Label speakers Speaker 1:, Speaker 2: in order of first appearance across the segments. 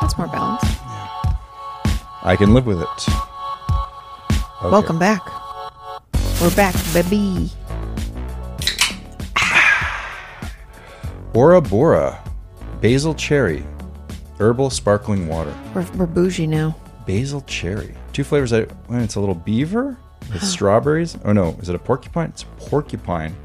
Speaker 1: That's more balanced.
Speaker 2: I can live with it. Okay.
Speaker 1: Welcome back. We're back, baby.
Speaker 2: Bora Bora, basil cherry, herbal sparkling water.
Speaker 1: We're, we're bougie now.
Speaker 2: Basil cherry. Two flavors. I, well, it's a little beaver with strawberries. Oh no, is it a porcupine? It's porcupine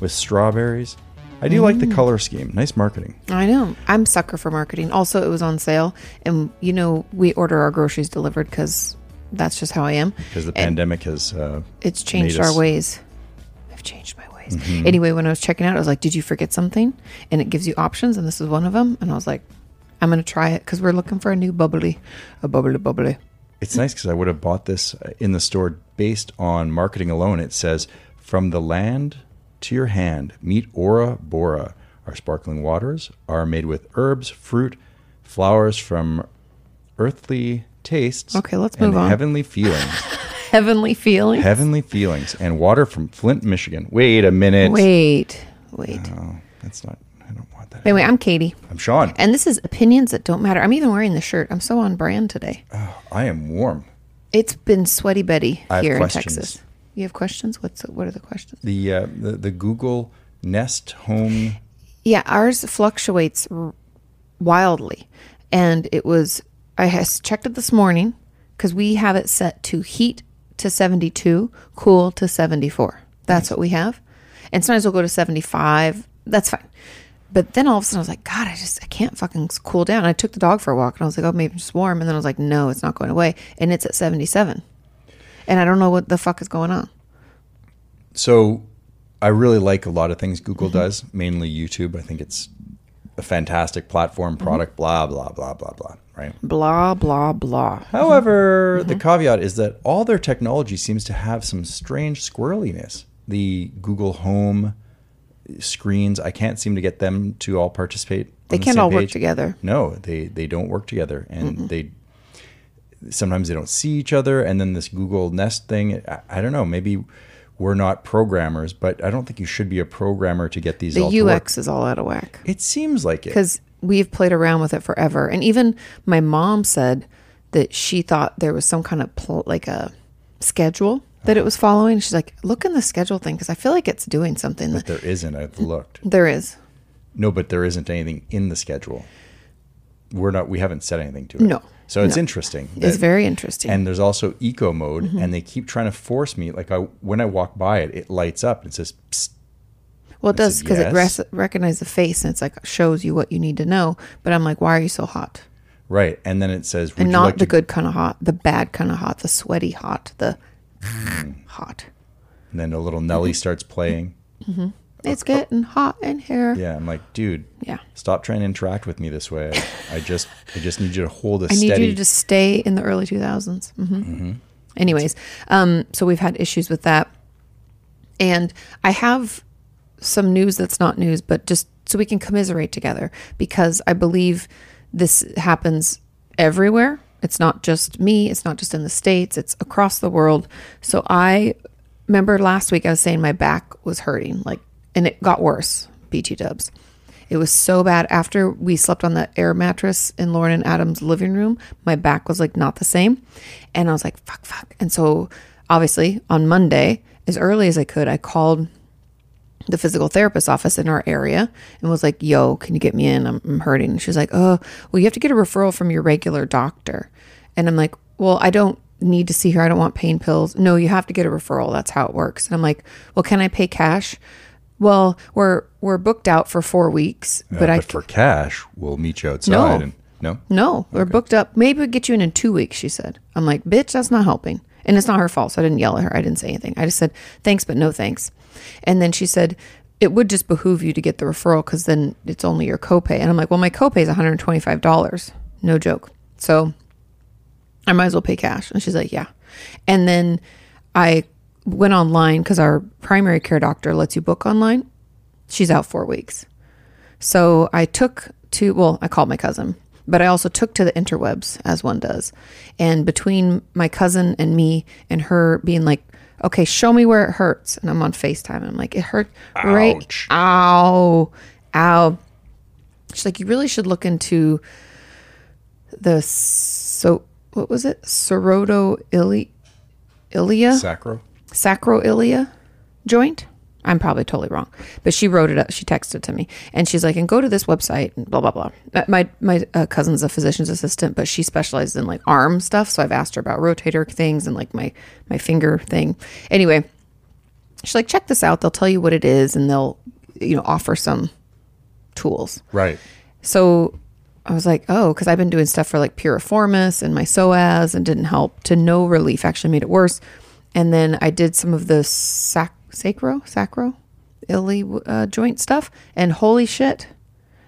Speaker 2: with strawberries. I do like the color scheme. Nice marketing.
Speaker 1: I know. I'm sucker for marketing. Also, it was on sale, and you know we order our groceries delivered because that's just how I am.
Speaker 2: Because the pandemic has. Uh,
Speaker 1: It's changed
Speaker 2: made us-
Speaker 1: our ways. I've changed my ways. Anyway, when I was checking out, I was like, "Did you forget something?" And it gives you options, and this is one of them. And I was like, "I'm gonna try it because we're looking for a new bubbly, a bubbly bubbly."
Speaker 2: It's nice because I would have bought this uh, in the store based on marketing alone. It says, "From the land to your hand, meet Ora Bora. Our sparkling waters are made with herbs, fruit, flowers from earthly tastes.
Speaker 1: Okay, let's
Speaker 2: and
Speaker 1: move on.
Speaker 2: Heavenly feelings,
Speaker 1: Heavenly feeling.
Speaker 2: heavenly feelings, and water from Flint, Michigan. Wait a minute.
Speaker 1: Wait, wait.
Speaker 2: Oh, that's not. I don't want that.
Speaker 1: Anyway, I'm Katie,
Speaker 2: I'm Sean.
Speaker 1: and this is opinions that don't matter. I'm even wearing the shirt. I'm so on brand today.
Speaker 2: I am warm.
Speaker 1: It's been sweaty Betty
Speaker 2: I have
Speaker 1: here in
Speaker 2: questions.
Speaker 1: Texas. You have questions? What's what are the questions?
Speaker 2: The uh, the, the Google Nest Home.
Speaker 1: Yeah, ours fluctuates r- wildly, and it was I has checked it this morning because we have it set to heat to seventy two, cool to seventy four. That's what we have, and sometimes we'll go to seventy five. That's fine. But then all of a sudden I was like, God, I just I can't fucking s- cool down. I took the dog for a walk and I was like, oh, maybe it's warm. And then I was like, no, it's not going away, and it's at seventy seven, and I don't know what the fuck is going on.
Speaker 2: So I really like a lot of things Google
Speaker 1: Mm-hmm.
Speaker 2: does, mainly YouTube. I think it's a fantastic platform,
Speaker 1: Mm-hmm.
Speaker 2: product, blah blah blah blah blah. Right.
Speaker 1: Blah blah blah.
Speaker 2: However,
Speaker 1: Mm-hmm.
Speaker 2: the caveat is that all their technology seems to have some strange squirreliness. The Google Home screens, I can't seem to get them to all participate.
Speaker 1: They can't all work together.
Speaker 2: No, they they don't work together, and they sometimes they don't see each other. And then this Google Nest thing, I, I don't know. Maybe we're not programmers, but I don't think you should be a programmer to get these. all to
Speaker 1: The
Speaker 2: work.
Speaker 1: UX is all out of whack.
Speaker 2: It seems like it.
Speaker 1: because we've played around with it forever. And even my mom said that she thought there was some kind of pl- like a schedule that it was following. She's like, look in the schedule thing because I feel like it's doing something. That
Speaker 2: There isn't. I've looked.
Speaker 1: there is
Speaker 2: No, but there isn't anything in the schedule. We're not. We haven't said anything to it.
Speaker 1: No.
Speaker 2: So it's
Speaker 1: No.
Speaker 2: interesting.
Speaker 1: it's
Speaker 2: that-
Speaker 1: very Mm-hmm. interesting.
Speaker 2: And there's also eco mode, and they keep trying to force me. Like I, when I walk by it, it lights up and says, Psst,
Speaker 1: well, it does
Speaker 2: said,
Speaker 1: because
Speaker 2: "Yes."
Speaker 1: it res- recognizes the face and it's like shows you what you need to know. But I'm like, why are you so hot?
Speaker 2: right, and then it says, Would
Speaker 1: and
Speaker 2: you
Speaker 1: not
Speaker 2: like
Speaker 1: the
Speaker 2: to-"
Speaker 1: good kind of hot, the bad kind of hot, the sweaty hot, the
Speaker 2: Mm.
Speaker 1: hot.
Speaker 2: And then a little Nelly
Speaker 1: Mm-hmm.
Speaker 2: starts playing.
Speaker 1: It's getting hot in here.
Speaker 2: Yeah, I'm like, dude,
Speaker 1: Yeah.
Speaker 2: stop trying to interact with me this way. I, I just, I just need you to hold a
Speaker 1: I need
Speaker 2: steady.
Speaker 1: you to just stay in the early 2000s. hmm Anyways, um, so we've had issues with that. And I have some news that's not news, but just so we can commiserate together because I believe this happens everywhere. It's not just me, it's not just in the States, it's across the world. So I remember last week I was saying my back was hurting, like, and it got worse, BT dubs. It was so bad. After we slept on the air mattress in Lauren and Adam's living room, my back was like not the same. And I was like, fuck, fuck. And so obviously on Monday, as early as I could, I called the physical therapist office in our area and was like, yo, can you get me in? I'm, I'm hurting. And she's like, oh, well, you have to get a referral from your regular doctor. And I'm like, well, I don't need to see her. I don't want pain pills. No, you have to get a referral. That's how it works. And I'm like, well, can I pay cash? Well, we're we're booked out for four weeks,
Speaker 2: Uh,
Speaker 1: but I
Speaker 2: for cash, we'll meet you outside.
Speaker 1: No.
Speaker 2: And, no,
Speaker 1: no, we're booked up. Maybe we'll get you in in two weeks, she said. I'm like, bitch, that's not helping. And it's not her fault. So I didn't yell at her. I didn't say anything. I just said, thanks, but no thanks. And then she said, it would just behoove you to get the referral because then it's only your copay. And I'm like, well, my copay is $125. No joke. So I might as well pay cash. And she's like, yeah. And then I went online because our primary care doctor lets you book online. She's out four weeks. So I took to, well, I called my cousin, but I also took to the interwebs as one does. And between my cousin and me and her being like, okay, show me where it hurts. And I'm on FaceTime. And I'm like, it hurt right.
Speaker 2: Ouch.
Speaker 1: Ow. Ow. She's like, you really should look into the so what was it? Seroto ilia
Speaker 2: Sacro.
Speaker 1: sacroilia joint. I'm probably totally wrong, but she wrote it up. She texted it to me, and she's like, "And go to this website and blah blah blah." Uh, My my uh, cousin's a physician's assistant, but she specializes in like arm stuff, so I've asked her about rotator things and like my my finger thing. Anyway, she's like, "Check this out. They'll tell you what it is, and they'll you know offer some tools."
Speaker 2: Right.
Speaker 1: So I was like, oh, because I've been doing stuff for like piriformis and my psoas and didn't help to no relief, actually made it worse. And then I did some of the sac- sacro, sacro, illy uh, joint stuff. And holy shit,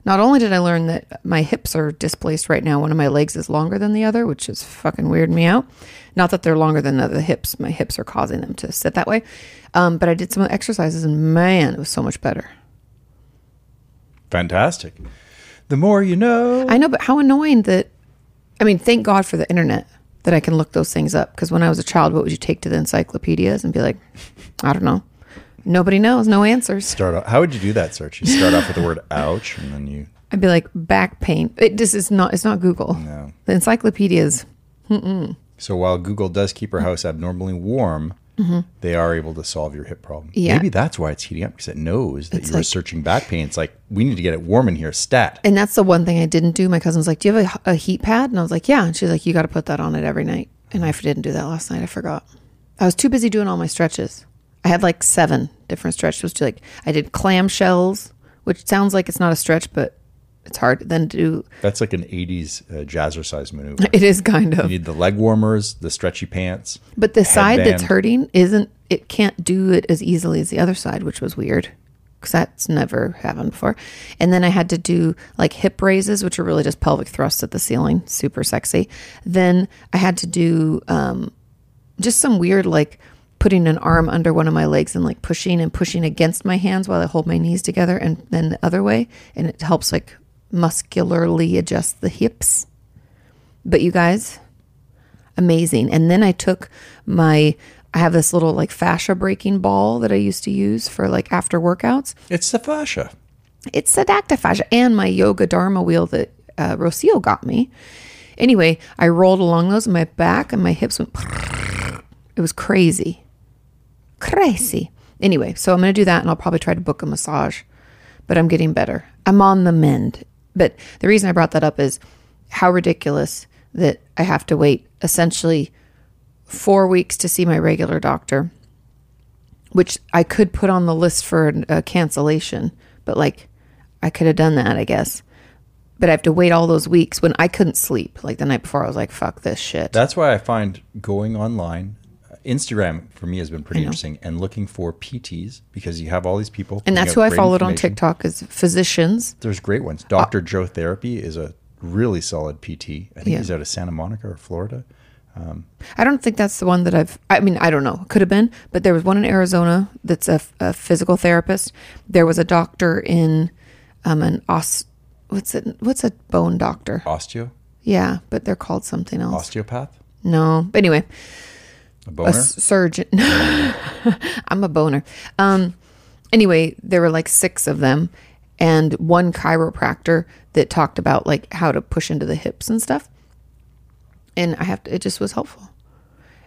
Speaker 1: not only did I learn that my hips are displaced right now, one of my legs is longer than the other, which is fucking weird me out. Not that they're longer than the other hips, my hips are causing them to sit that way. Um, but I did some exercises and man, it was so much better.
Speaker 2: Fantastic. The more you know.
Speaker 1: I know, but how annoying that. I mean, thank God for the internet that I can look those things up. Because when I was a child, what would you take to the encyclopedias and be like, I don't know. Nobody knows, no answers.
Speaker 2: Start off. How would you do that search? You start off with the word "ouch" and then you
Speaker 1: I'd be like, back pain. It just is not. It's not Google.
Speaker 2: No.
Speaker 1: The encyclopedias.
Speaker 2: So while Google does keep her house abnormally warm, they are able to solve your hip problem.
Speaker 1: Mm-hmm. Yeah.
Speaker 2: Maybe that's why it's heating up because it knows that
Speaker 1: It's
Speaker 2: you were
Speaker 1: like-
Speaker 2: searching back pain. It's like we need to get it warm in here, stat.
Speaker 1: And that's the one thing I didn't do. My cousin was like, "Do you have a, a heat pad?" And I was like, "Yeah." And she's like, "You got to put that on it every night." And I didn't do that last night. I forgot. I was too busy doing all my stretches. I had like seven different stretches. To like, I did clamshells, which sounds like it's not a stretch, but it's hard. Then to do
Speaker 2: That's like an '80s uh, jazzercise maneuver.
Speaker 1: it is kind
Speaker 2: you
Speaker 1: of.
Speaker 2: need the leg warmers, the stretchy pants.
Speaker 1: But the side that's
Speaker 2: headband.
Speaker 1: hurting isn't. It can't do it as easily as the other side, which was weird. Because that's never happened before. And then I had to do like hip raises, which are really just pelvic thrusts at the ceiling, super sexy. Then I had to do um, just some weird, like putting an arm under one of my legs and like pushing and pushing against my hands while I hold my knees together and then the other way. And it helps like muscularly adjust the hips. But you guys, amazing. And then I took my, I have this little like fascia breaking ball that I used to use for like after workouts.
Speaker 2: It's the fascia.
Speaker 1: It's sedacta fascia and my yoga dharma wheel that uh, Rocio got me. Anyway, I rolled along those and my back and my hips went, it was crazy. Crazy. Anyway, so I'm going to do that and I'll probably try to book a massage, but I'm getting better. I'm on the mend. But the reason I brought that up is how ridiculous that I have to wait essentially four weeks to see my regular doctor, which I could put on the list for a cancellation, but like I could have done that, I guess. But I have to wait all those weeks when I couldn't sleep. Like the night before, I was like, fuck this shit.
Speaker 2: That's why I find going online, uh, Instagram for me has been pretty interesting, and looking for PTs because you have all these people. putting
Speaker 1: and that's
Speaker 2: out
Speaker 1: who I
Speaker 2: great
Speaker 1: followed on
Speaker 2: information.
Speaker 1: TikTok Uh, is physicians.
Speaker 2: There's great ones. Dr. Joe Therapy is a really solid PT. I think
Speaker 1: Yeah.
Speaker 2: he's out of Santa Monica or Florida.
Speaker 1: I don't think that's the one that I've. I mean, I don't know. Could have been, but there was one in Arizona that's a, a physical therapist. There was a doctor in um, an os. What's it? What's a bone doctor?
Speaker 2: Osteo?
Speaker 1: Yeah, but they're called something else.
Speaker 2: Osteopath?
Speaker 1: No, but anyway,
Speaker 2: A boner?
Speaker 1: a surgeon. I'm a boner. Um, anyway, there were like six of them, and one chiropractor that talked about like how to push into the hips and stuff. And I have to, it just was helpful.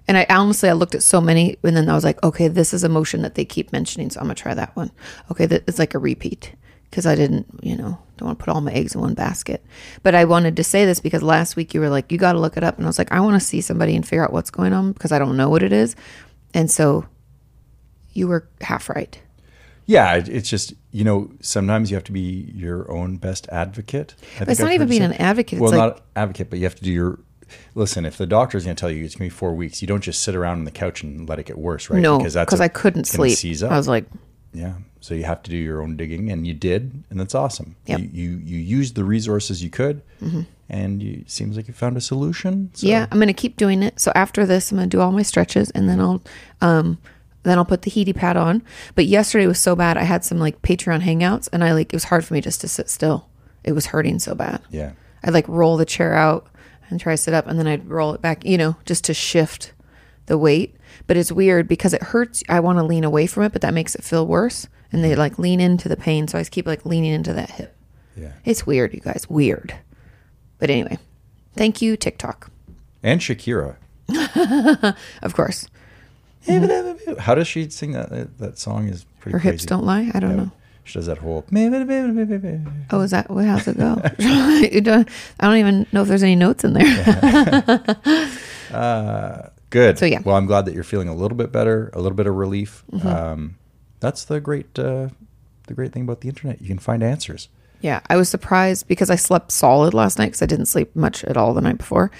Speaker 1: And I honestly, I looked at so many, and then I was like, okay, this is a motion that they keep mentioning, so I'm gonna try that one. Okay, that it's like a repeat because I didn't, you know, don't want to put all my eggs in one basket. But I wanted to say this because last week you were like, you got to look it up, and I was like, I want to see somebody and figure out what's going on because I don't know what it is, and so you were half right.
Speaker 2: yeah, it- it's just, you know, sometimes you have to be your own best advocate. I think
Speaker 1: it's not
Speaker 2: I've
Speaker 1: even
Speaker 2: heard you
Speaker 1: being
Speaker 2: say.
Speaker 1: an advocate,
Speaker 2: Well,
Speaker 1: it's
Speaker 2: not advocate, but you have to do your. Listen, if the doctor's going to tell you it's going to be four weeks, you don't just sit around on the couch and let it get worse, right?
Speaker 1: No,
Speaker 2: that's
Speaker 1: because
Speaker 2: a-
Speaker 1: I couldn't
Speaker 2: it's gonna
Speaker 1: sleep.
Speaker 2: Seize up.
Speaker 1: I was like,
Speaker 2: Yeah. So you have to do your own digging, and you did, and that's awesome.
Speaker 1: Yep. Mm-hmm.
Speaker 2: You, you you used the resources you could, and you seems like you found a solution. So
Speaker 1: Yeah, I'm gonna keep doing it. So after this, I'm gonna do all my stretches, and then I'll, um, then I'll put the heaty pad on. But yesterday was so bad. I had some like Patreon hangouts, and I like it was hard for me just to sit still. It was hurting so bad.
Speaker 2: yeah,
Speaker 1: I'd like roll the chair out and try to sit up, and then I'd roll it back, you know, just to shift the weight. But it's weird because it hurts. I want to lean away from it, but that makes it feel worse. And they like lean into the pain, so I just keep like leaning into that hip.
Speaker 2: yeah.
Speaker 1: It's weird, you guys. Weird. But anyway, thank you, TikTok,
Speaker 2: And Shakira.
Speaker 1: of course.
Speaker 2: How does she sing that? That song is
Speaker 1: Mm-hmm.
Speaker 2: pretty.
Speaker 1: Her
Speaker 2: crazy.
Speaker 1: hips don't lie. I don't know.
Speaker 2: She does that whole.
Speaker 1: Oh, is that what? How's it go? You don't- I don't even know if there's any notes in there.
Speaker 2: Good.
Speaker 1: So, yeah. Mm-hmm.
Speaker 2: Well, I'm glad that you're feeling a little bit better, a little bit of relief. Um, that's the great, uh, the great thing about the internet. You can find answers.
Speaker 1: Yeah, I was surprised because I slept solid last night because I didn't sleep much at all the night before.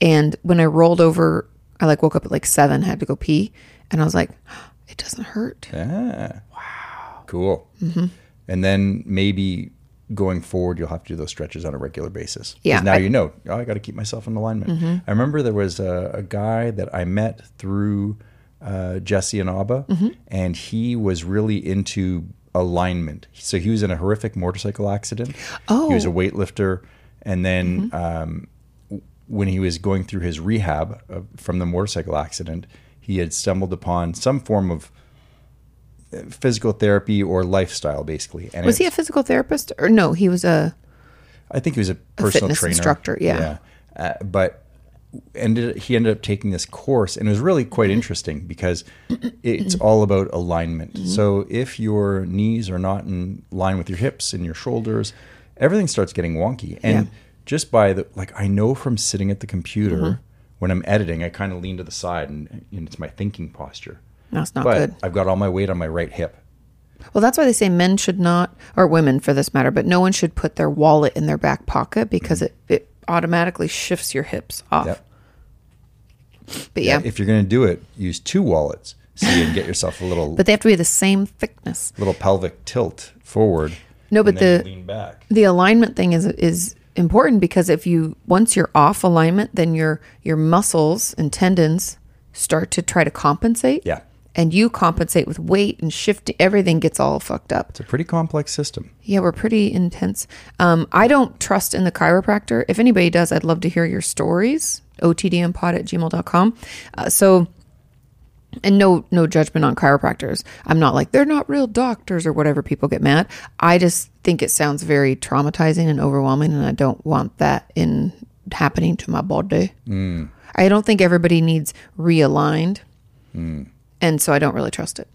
Speaker 1: And when I rolled over, I like woke up at like seven, had to go pee, and I was like, it doesn't hurt.
Speaker 2: Ah. Wow. Cool.
Speaker 1: Mm-hmm.
Speaker 2: And then maybe going forward, you'll have to do those stretches on a regular basis. 'Cause
Speaker 1: Yeah,
Speaker 2: Now
Speaker 1: I- Mm-hmm.
Speaker 2: you know, oh, I got to keep myself in alignment. I remember there was a, a guy that I met through uh, Jesse and Abba,
Speaker 1: Mm-hmm.
Speaker 2: and he was really into alignment. So he was in a horrific motorcycle accident.
Speaker 1: Oh.
Speaker 2: He was a weightlifter. And
Speaker 1: Mm-hmm.
Speaker 2: then uh, when he was going through his rehab uh, from the motorcycle accident, he had stumbled upon some form of uh, physical therapy or lifestyle, basically. And
Speaker 1: Was he
Speaker 2: it-
Speaker 1: a physical therapist or no? He was a
Speaker 2: I think he was a personal
Speaker 1: fitness
Speaker 2: trainer,
Speaker 1: instructor, yeah.
Speaker 2: Uh, but ended he ended up taking this course, and it was really quite interesting because it's all about alignment.
Speaker 1: Mm-hmm.
Speaker 2: So if your knees are not in line with your hips and your shoulders, everything starts getting wonky. And just by the like, I know from sitting at the computer
Speaker 1: Mm-hmm.
Speaker 2: when I'm editing, I kind of lean to the side, and, and it's my thinking posture.
Speaker 1: that's not
Speaker 2: but
Speaker 1: good.
Speaker 2: I've got all my weight on my right hip.
Speaker 1: Well, that's why they say men should not, or women for this matter, but no one should put their wallet in their back pocket because it, it automatically shifts your hips off.
Speaker 2: Mm-hmm. Yep.
Speaker 1: But yeah,
Speaker 2: If you're going to do it, use two wallets so you can get yourself a little
Speaker 1: but they have to be the same thickness.
Speaker 2: little pelvic tilt forward.
Speaker 1: No, but
Speaker 2: and then
Speaker 1: the-
Speaker 2: lean back.
Speaker 1: the alignment thing is is important because if you once you're off alignment then your your muscles and tendons start to try to compensate
Speaker 2: Yeah,
Speaker 1: and you compensate with weight and shift everything gets all fucked up
Speaker 2: it's a pretty complex system.
Speaker 1: yeah we're pretty intense um, i don't trust in the chiropractor if anybody does i'd love to hear your stories otdmpod at gmail.com uh, so and no no judgment on chiropractors. I'm not like they're not real doctors or whatever people get mad. I just think it sounds very traumatizing and overwhelming and I don't want that in happening to my body. I don't think everybody needs realigned. And so I don't really trust it.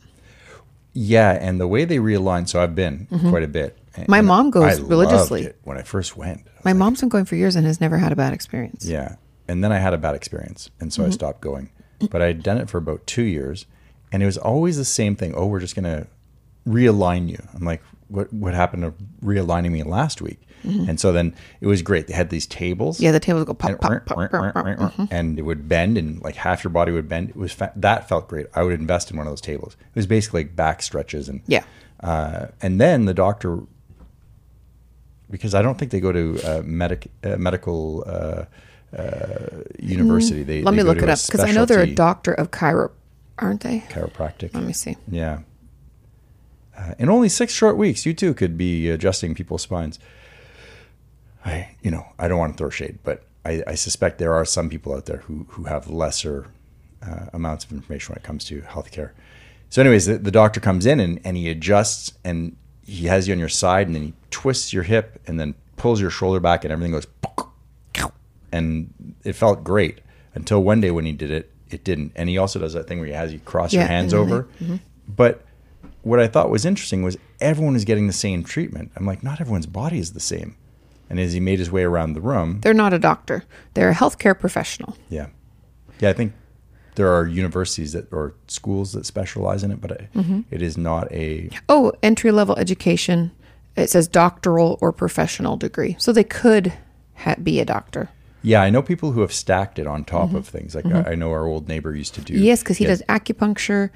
Speaker 2: Yeah, and the way they realign. So I've been quite a bit. and-
Speaker 1: Mm-hmm. My
Speaker 2: and
Speaker 1: mom goes
Speaker 2: I loved
Speaker 1: religiously.
Speaker 2: it when I first went.
Speaker 1: My mom's been going for years and has never had a bad experience.
Speaker 2: Yeah, and then I had a bad experience, and so I
Speaker 1: Mm-hmm.
Speaker 2: stopped going. But I had done it for about two years, and it was always the same thing. Oh, we're just gonna realign you. I'm like, what? What happened to realigning me last week?
Speaker 1: Mm-hmm.
Speaker 2: And so then it was great. They had these tables.
Speaker 1: Yeah, the tables go
Speaker 2: and,
Speaker 1: pop, pop, pop, pop, Mm-hmm. pop.
Speaker 2: and it would bend and like half your body would bend it was fa- that felt great i would invest in one of those tables it was basically like back stretches and
Speaker 1: Yeah.
Speaker 2: uh, and then the doctor because i don't think they go to uh, medic uh, medical uh, uh, university they
Speaker 1: Mm-hmm. Let
Speaker 2: they
Speaker 1: me
Speaker 2: go
Speaker 1: look
Speaker 2: to
Speaker 1: it
Speaker 2: a
Speaker 1: up because I know they're a Mm.
Speaker 2: specialty
Speaker 1: doctor of chiro, aren't they?
Speaker 2: chiropractic
Speaker 1: Let me see.
Speaker 2: yeah. Uh, in only six short weeks, you too could be adjusting people's spines. I, you know, I don't want to throw shade, but I, I suspect there are some people out there who who have lesser uh, amounts of information when it comes to healthcare. So, anyways, the, the doctor comes in and, and he adjusts and he has you on your side and then he twists your hip and then pulls your shoulder back and everything goes. And it felt great until one day when he did it, it didn't. And he also does that thing where he has you cross your
Speaker 1: Yeah,
Speaker 2: hands
Speaker 1: and then they- mm-hmm.
Speaker 2: over. But what I thought was interesting was everyone is getting the same treatment. I'm like, not everyone's body is the same. And as he made his way around the room,
Speaker 1: They're not a doctor. They're a healthcare professional.
Speaker 2: yeah, yeah, I think there are universities that or schools that specialize in it, but it,
Speaker 1: Mm-hmm.
Speaker 2: it is not a
Speaker 1: Oh, entry level education. It says doctoral or professional degree. So they could ha- be a doctor.
Speaker 2: yeah. I know people who have stacked it on top of things. Like I, I know our old neighbor used to do.
Speaker 1: Mm-hmm. Yes, because he
Speaker 2: yeah,
Speaker 1: does acupuncture.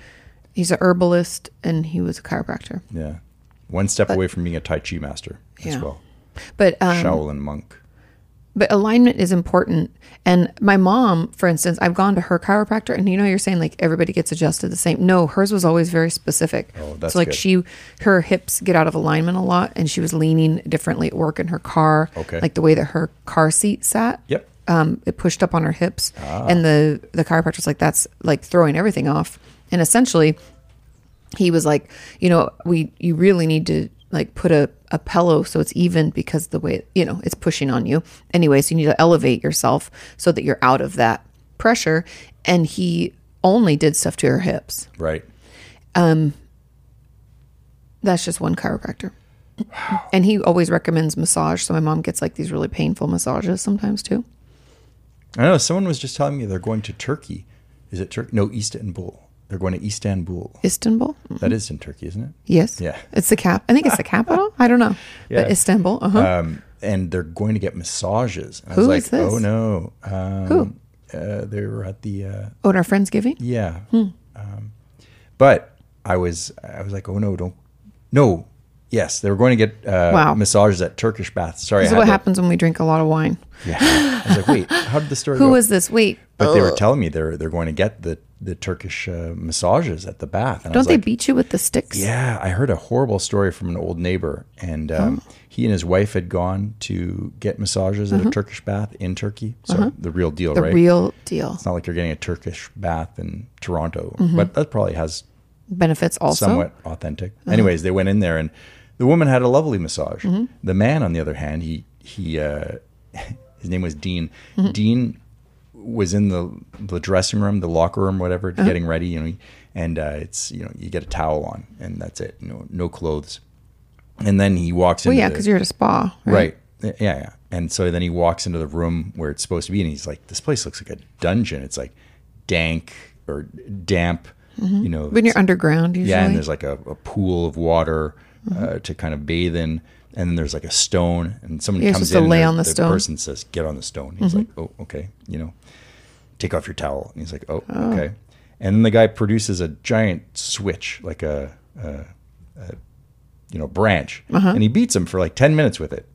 Speaker 1: He's a herbalist and he was a chiropractor.
Speaker 2: Yeah, one step away from being a Tai Chi master as
Speaker 1: Yeah.
Speaker 2: well,
Speaker 1: But um,
Speaker 2: Shaolin monk.
Speaker 1: but alignment is important. And my mom, for instance, I've gone to her chiropractor, and you know, you're saying like everybody gets adjusted the same. No, hers was always very specific.
Speaker 2: Oh, that's
Speaker 1: so like
Speaker 2: good.
Speaker 1: she, her hips get out of alignment a lot, and she was leaning differently at work in her car.
Speaker 2: Okay.
Speaker 1: like the way that her car seat sat.
Speaker 2: Yep.
Speaker 1: Um, it pushed up on her hips, and the the chiropractor was like, "That's like throwing everything off." And essentially, he was like, you know, we you really need to like put a, a pillow so it's even because the way you know it's pushing on you. Anyway, so you need to elevate yourself so that you're out of that pressure. And he only did stuff to her hips.
Speaker 2: Right.
Speaker 1: That's just one chiropractor. And he always recommends massage. So my mom gets like these really painful massages sometimes too.
Speaker 2: I know someone was just telling me they're going to Turkey. Is it Turkey? No, Istanbul. They're going to Istanbul.
Speaker 1: Istanbul? Mm.
Speaker 2: That is in Turkey, isn't it?
Speaker 1: Yes.
Speaker 2: Yeah.
Speaker 1: It's the cap. I think it's the capital. I don't know. But
Speaker 2: Yeah.
Speaker 1: Istanbul. Uh huh.
Speaker 2: Um, and they're going to get massages. And I
Speaker 1: Who
Speaker 2: was like,
Speaker 1: is this?
Speaker 2: oh no. Um,
Speaker 1: Who?
Speaker 2: Uh, they were at the uh,
Speaker 1: oh, and our friends giving?
Speaker 2: Yeah.
Speaker 1: Hmm.
Speaker 2: Um, but I was I was like, oh no, don't no. Yes, they were going to get uh,
Speaker 1: Wow.
Speaker 2: massages at Turkish baths. Sorry,
Speaker 1: This
Speaker 2: I
Speaker 1: is what
Speaker 2: had
Speaker 1: happens when we drink a lot of wine.
Speaker 2: that- Yeah. I was like, wait, how did the story?
Speaker 1: Who
Speaker 2: go?
Speaker 1: was Oh. this? Wait.
Speaker 2: But they were telling me they're they're going to get the the Turkish uh, massages at the bath. And I
Speaker 1: Don't
Speaker 2: was
Speaker 1: they
Speaker 2: like,
Speaker 1: beat you with the sticks?
Speaker 2: Yeah, I heard a horrible story from an old neighbor, and um,
Speaker 1: Oh.
Speaker 2: he and his wife had gone to get massages at a Turkish bath in Turkey. So the real deal,
Speaker 1: Mm-hmm. The
Speaker 2: right?
Speaker 1: real deal.
Speaker 2: it's not like you're getting a Turkish bath in Toronto,
Speaker 1: Mm-hmm.
Speaker 2: but that probably has
Speaker 1: Benefits also.
Speaker 2: somewhat authentic.
Speaker 1: Uh-huh.
Speaker 2: Anyways, they went in there, and the woman had a lovely massage.
Speaker 1: Mm-hmm.
Speaker 2: The man, on the other hand, he he uh, his name was Dean.
Speaker 1: Mm-hmm.
Speaker 2: Dean was in the the dressing room, the locker room, whatever,
Speaker 1: Uh-huh.
Speaker 2: getting ready. You know, and uh, it's you know you get a towel on, and that's it. No no clothes. And then he walks in.
Speaker 1: Well, yeah, because you're at a spa, right?
Speaker 2: Right. Yeah, yeah. And so then he walks into the room where it's supposed to be, and he's like, "This place looks like a dungeon. It's like dank or damp. You know,
Speaker 1: Mm-hmm. When
Speaker 2: it's-
Speaker 1: you're underground, usually. Mm-hmm.
Speaker 2: yeah, and there's like a, a pool of water uh, to kind of bathe in, and then there's like a stone, and someone
Speaker 1: You're
Speaker 2: comes
Speaker 1: supposed to
Speaker 2: in. and
Speaker 1: lay
Speaker 2: the-
Speaker 1: on the stone. Mm-hmm.
Speaker 2: person says, "Get on the stone." He's like, "Oh, okay," you know, take off your towel, and he's like, "Oh, okay," and then the guy produces a giant switch, like a, a, a you know branch,
Speaker 1: Uh-huh.
Speaker 2: and he beats him for like ten minutes with it.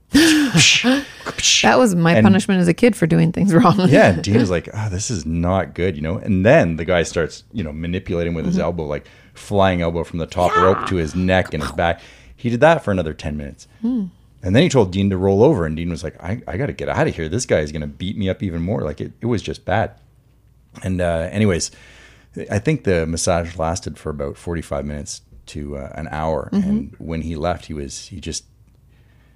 Speaker 1: that was my
Speaker 2: And-
Speaker 1: punishment as a kid for doing things wrong.
Speaker 2: Yeah, and Dean was like, "Oh, this is not good," you know. And then the guy starts, you know, manipulating with his
Speaker 1: Mm-hmm.
Speaker 2: elbow, like flying elbow from the top rope to his neck and his back. He did that for another ten minutes,
Speaker 1: Hmm.
Speaker 2: and then he told Dean to roll over. And Dean was like, "I, I got to get out of here. This guy is going to beat me up even more." Like it, it was just bad. And uh, anyways, I think the massage lasted for about forty-five minutes to uh, an hour.
Speaker 1: Mm-hmm.
Speaker 2: And when he left, he was he just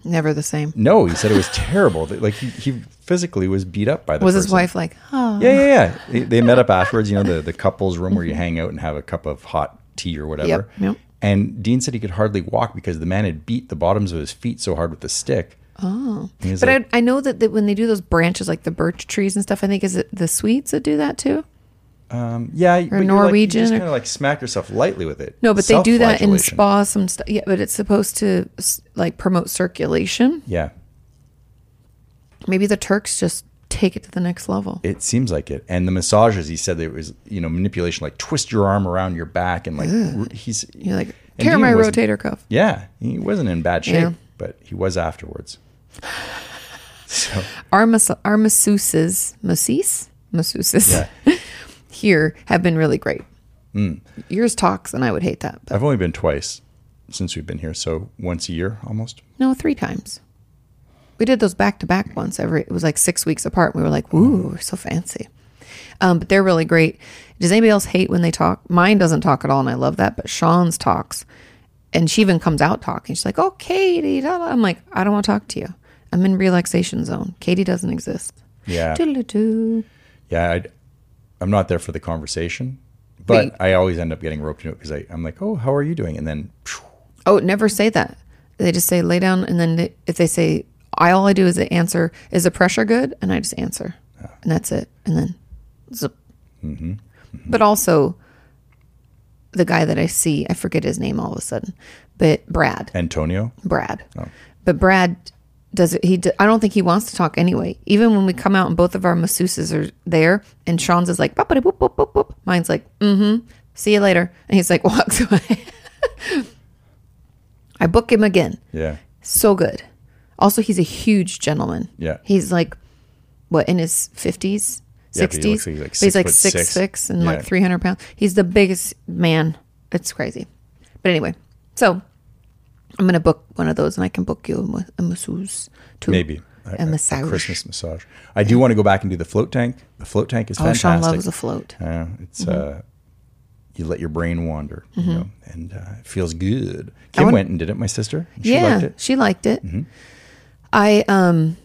Speaker 1: Never the same.
Speaker 2: no. He said it was terrible. That, Like he, he physically was beat up by the
Speaker 1: Was his
Speaker 2: person.
Speaker 1: wife like, oh,
Speaker 2: Yeah, yeah, yeah. They, they met up afterwards, you know, the, the couple's room where you hang out and have a cup of hot tea or whatever.
Speaker 1: Yep, yep.
Speaker 2: And Dean said he could hardly walk because the man had beat the bottoms of his feet so hard with the stick. Oh.
Speaker 1: But I, I know that, that when they do those branches, like the birch trees and stuff, I think is it the Swedes that do that too?
Speaker 2: yeah, but you're like-
Speaker 1: Norwegian
Speaker 2: you just
Speaker 1: or-
Speaker 2: kind of like smack yourself lightly with it.
Speaker 1: No, but they do that in
Speaker 2: Self-flagellation.
Speaker 1: spas and stuff. Yeah, but it's supposed to s- like promote circulation.
Speaker 2: Yeah,
Speaker 1: Maybe the Turks just take it to the next level.
Speaker 2: it seems like it. And the massages, he said that it was, you know, manipulation, like twist your arm around your back and like, r- he's,
Speaker 1: You're like,
Speaker 2: And
Speaker 1: tear
Speaker 2: Dean
Speaker 1: my
Speaker 2: wasn't-
Speaker 1: rotator cuff.
Speaker 2: yeah, he wasn't in bad shape,
Speaker 1: Yeah.
Speaker 2: but he was afterwards. So,
Speaker 1: our, mas- our masseuses, masseuse, masseuses here have been really great.
Speaker 2: Hmm.
Speaker 1: Yours talks, and I would hate that. But
Speaker 2: I've only been twice since we've been here, so once a year almost.
Speaker 1: no, three times. We did those back to back once. Every it was like six weeks apart. And we were like, "Ooh, we're so fancy." Um, but they're really great. Does anybody else hate when they talk? Mine doesn't talk at all, and I love that. But Sean's talks, and she even comes out talking. She's like, "Oh, Katie," da, da." I'm like, "I don't want to talk to you. I'm in relaxation zone. Katie doesn't exist."
Speaker 2: Yeah.
Speaker 1: Doodle-doo.
Speaker 2: Yeah, i I'm not there for the conversation, but I always end up getting roped into it because I'm like, oh, how are you doing? And then, phew,
Speaker 1: Oh, never say that. They just say lay down, and then they, if they say, I all I do is answer, is the pressure good? And I just answer, and that's it. And then, zip. But also, the guy that I see, I forget his name all of a sudden, but Brad,
Speaker 2: Antonio.
Speaker 1: Brad, but Brad does it. He, d I don't think he wants to talk anyway. Even when we come out and both of our masseuses are there, and Sean's is like, "Bop, bada, boop, boop, boop, boop." mine's like, mm-hmm, see you later, and he's like walks away. I book him again
Speaker 2: Yeah.
Speaker 1: so good. Also, he's a huge gentleman.
Speaker 2: Yeah.
Speaker 1: He's like what in his fifties,
Speaker 2: Yeah, but he looks
Speaker 1: sixties.
Speaker 2: like he's
Speaker 1: he's like
Speaker 2: like six foot
Speaker 1: six
Speaker 2: six.
Speaker 1: six, and
Speaker 2: Yeah.
Speaker 1: like three hundred pounds. He's the biggest man. It's crazy. But anyway, so I'm gonna book one of those, and I can book you a, ma- a masseuse too.
Speaker 2: Maybe.
Speaker 1: a, massage.
Speaker 2: Christmas massage. I do want to go back and do the float tank. The float tank is
Speaker 1: Oh, Sean
Speaker 2: fantastic.
Speaker 1: loves Mm-hmm. a float.
Speaker 2: Uh, it's uh, you let your brain wander, you know, and uh, it feels good.
Speaker 1: Mm-hmm.
Speaker 2: Kim
Speaker 1: wanna-
Speaker 2: went and did it. My sister, and she
Speaker 1: yeah,
Speaker 2: liked it. Mm-hmm.
Speaker 1: she liked it. I um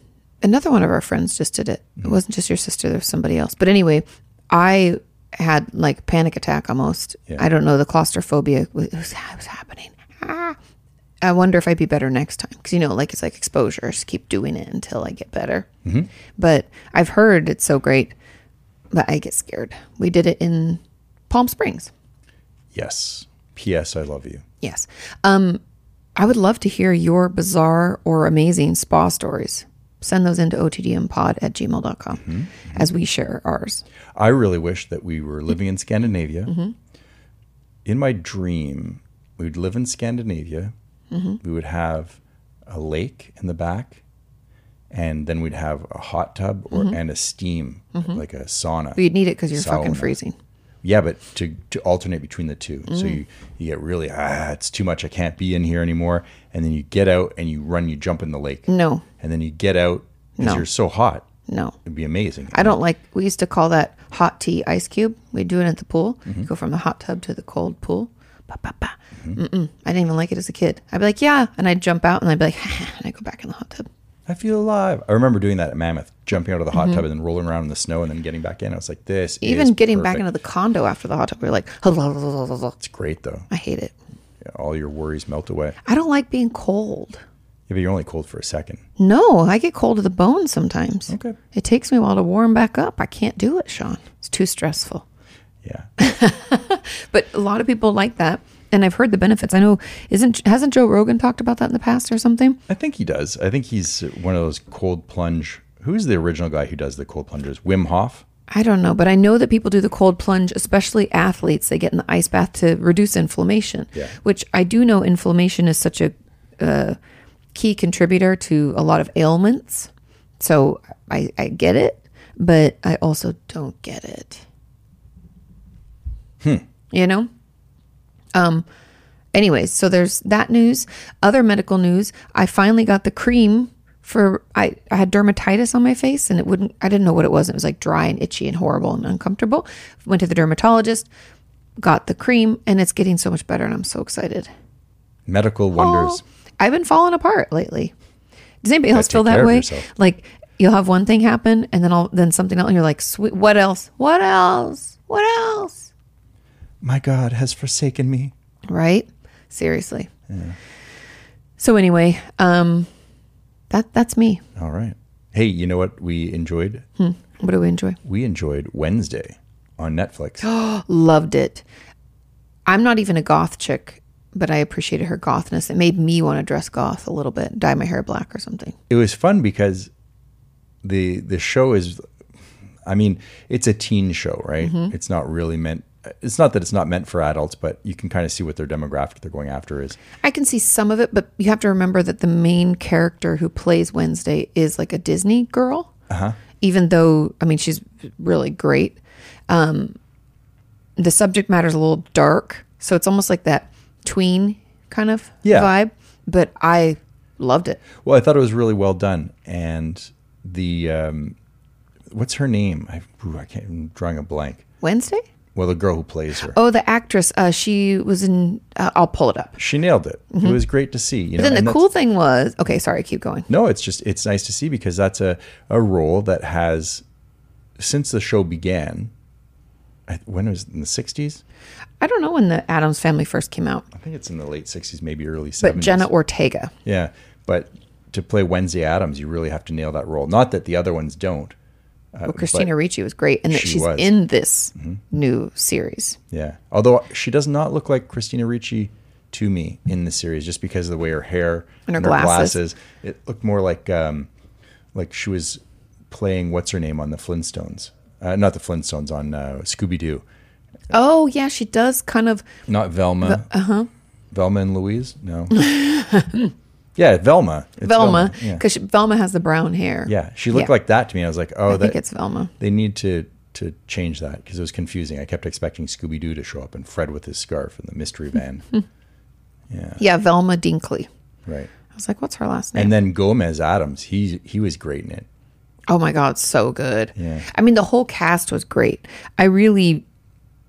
Speaker 1: another one of our friends just did it.
Speaker 2: Mm-hmm.
Speaker 1: It wasn't just your sister, there was somebody else. But anyway, I had like panic attack almost. I don't know the claustrophobia was, it was, it was happening. Ah. I wonder if I'd be better next time because you know, like it's like exposure. Just keep doing it until I get better.
Speaker 2: Mm-hmm.
Speaker 1: But I've heard it's so great, but I get scared. We did it in Palm Springs.
Speaker 2: Yes. P.S. I love you.
Speaker 1: Yes. Um, I would love to hear your bizarre or amazing spa stories. Send those into otdmpod at gmail.com
Speaker 2: Mm-hmm,
Speaker 1: com as we share ours.
Speaker 2: I really wish that we were living in Scandinavia. In my dream, we would live in Scandinavia. We would have a lake in the back, and then we'd have a hot tub or and a steam like a sauna.
Speaker 1: But you'd need it because you're fucking
Speaker 2: Sauna.
Speaker 1: freezing.
Speaker 2: Yeah, but to, to alternate between the two. So you, you get really, ah, it's too much. I can't be in here anymore. And then you get out and you run, you jump in the lake.
Speaker 1: No,
Speaker 2: And then you get out because
Speaker 1: Mm. No.
Speaker 2: you're so hot.
Speaker 1: no.
Speaker 2: It'd be amazing.
Speaker 1: I don't like, we used to call that hot tea ice cube. We'd do it at the pool,
Speaker 2: Mm-hmm.
Speaker 1: go from the hot tub to the cold pool. Ba, ba, ba. Mm-mm. I didn't even like it as a kid. I'd be like, yeah. And I'd jump out and I'd be like, and I'd go back in the hot tub.
Speaker 2: I feel alive. I remember doing that at Mammoth, jumping out of the hot tub and then rolling around in the snow and then getting back in. I was like, this
Speaker 1: Mm-hmm. Even
Speaker 2: is
Speaker 1: getting back
Speaker 2: perfect.
Speaker 1: into the condo after the hot tub, we were like,
Speaker 2: It's great though.
Speaker 1: I hate it.
Speaker 2: Yeah, all your worries melt away. Yeah,
Speaker 1: I don't like being cold.
Speaker 2: but you're only cold for a second.
Speaker 1: No, I get cold to the bone sometimes.
Speaker 2: Okay.
Speaker 1: It takes me a while to warm back up. I can't do it, Sean. It's too stressful.
Speaker 2: Yeah.
Speaker 1: But a lot of people like that, and I've heard the benefits. I know isn't hasn't Joe Rogan talked about that in the past or something?
Speaker 2: I think he does. I think he's one of those cold plunge. Who's the original guy who does the cold plunges? Wim Hof?
Speaker 1: I don't know, but I know that people do the cold plunge, especially athletes. They get in the ice bath to reduce inflammation,
Speaker 2: Yeah.
Speaker 1: which I do know inflammation is such a uh, key contributor to a lot of ailments. So I, I get it, but I also don't get it. Hmm. You know? Um. Anyways, so there's that news. Other medical news. I finally got the cream for I, I had dermatitis on my face and it wouldn't I didn't know what it was. It was like dry and itchy and horrible and uncomfortable. Went to the dermatologist, got the cream, and it's getting so much better and I'm so excited.
Speaker 2: Medical wonders.
Speaker 1: Oh, I've been falling apart lately. Does anybody else
Speaker 2: take
Speaker 1: feel
Speaker 2: care
Speaker 1: that
Speaker 2: of
Speaker 1: way?
Speaker 2: yourself.
Speaker 1: Like you'll have one thing happen and then all then something else and you're like, Sweet, what else? What else? What else?
Speaker 2: My God has forsaken me.
Speaker 1: Right? Seriously. So anyway, um that that's me.
Speaker 2: All right. Hey, you know what we enjoyed?
Speaker 1: What do we enjoy?
Speaker 2: We enjoyed Wednesday on Netflix.
Speaker 1: loved it. I'm not even a goth chick, but I appreciated her gothness. It made me want to dress goth a little bit, dye my hair black or something.
Speaker 2: it was fun because the the show is I mean, it's a teen show, right? It's not really meant it's not that it's not meant for adults, but you can kind of see what their demographic they're going after is.
Speaker 1: I can see some of it, but you have to remember that the main character who plays Wednesday is like a Disney girl.
Speaker 2: Uh-huh.
Speaker 1: Even though, I mean, she's really great. Um, the subject matter's a little dark, so it's almost like that tween kind of
Speaker 2: Yeah.
Speaker 1: vibe. But I loved it.
Speaker 2: Well, I thought it was really well done, and the um, what's her name? I, ooh, I can't. I'm drawing a blank.
Speaker 1: Wednesday?
Speaker 2: Well, the girl who plays her,
Speaker 1: Oh, the actress. Uh, she was in. Uh, I'll pull it up.
Speaker 2: she nailed it. It was great to see. You know,
Speaker 1: But then
Speaker 2: and
Speaker 1: the
Speaker 2: that's-
Speaker 1: cool thing was, okay, sorry, keep going.
Speaker 2: No, it's just it's nice to see because that's a a role that has since the show began. I, when was it, in the '60s?
Speaker 1: I don't know when the Adams family first came out,
Speaker 2: I think it's in the late '60s, maybe early '70s.
Speaker 1: but Jenna Ortega.
Speaker 2: Yeah, but to play Wednesday Adams, you really have to nail that role. Not that the other ones don't.
Speaker 1: Well, Christina Ricci was great, and that
Speaker 2: She
Speaker 1: she's
Speaker 2: was. Mm-hmm.
Speaker 1: in this new series.
Speaker 2: Yeah. Although she does not look like Christina Ricci to me in the series, just because of the way her hair
Speaker 1: And her glasses.
Speaker 2: It looked more like um, like she was playing what's her name on the Flintstones, uh, not the Flintstones on uh, Scooby Doo,
Speaker 1: Oh yeah, she does kind of. uh-huh.
Speaker 2: not Velma. uh huh. Velma and Louise. No. Yeah, Velma. It's
Speaker 1: Velma,
Speaker 2: Yeah.
Speaker 1: because Velma. has the brown hair.
Speaker 2: Yeah, she looked
Speaker 1: Yeah.
Speaker 2: like that to me. and I was like, oh,
Speaker 1: I think
Speaker 2: that,
Speaker 1: it's Velma.
Speaker 2: they need to to change that because it was confusing. I kept expecting Scooby Doo to show up and Fred with his scarf and the mystery van. yeah,
Speaker 1: Yeah, Velma Dinkley.
Speaker 2: right.
Speaker 1: I was like, what's her last name?
Speaker 2: And then Gomez Adams, he he was great in it.
Speaker 1: oh my God, so good.
Speaker 2: Yeah.
Speaker 1: I mean, the whole cast was great. I really,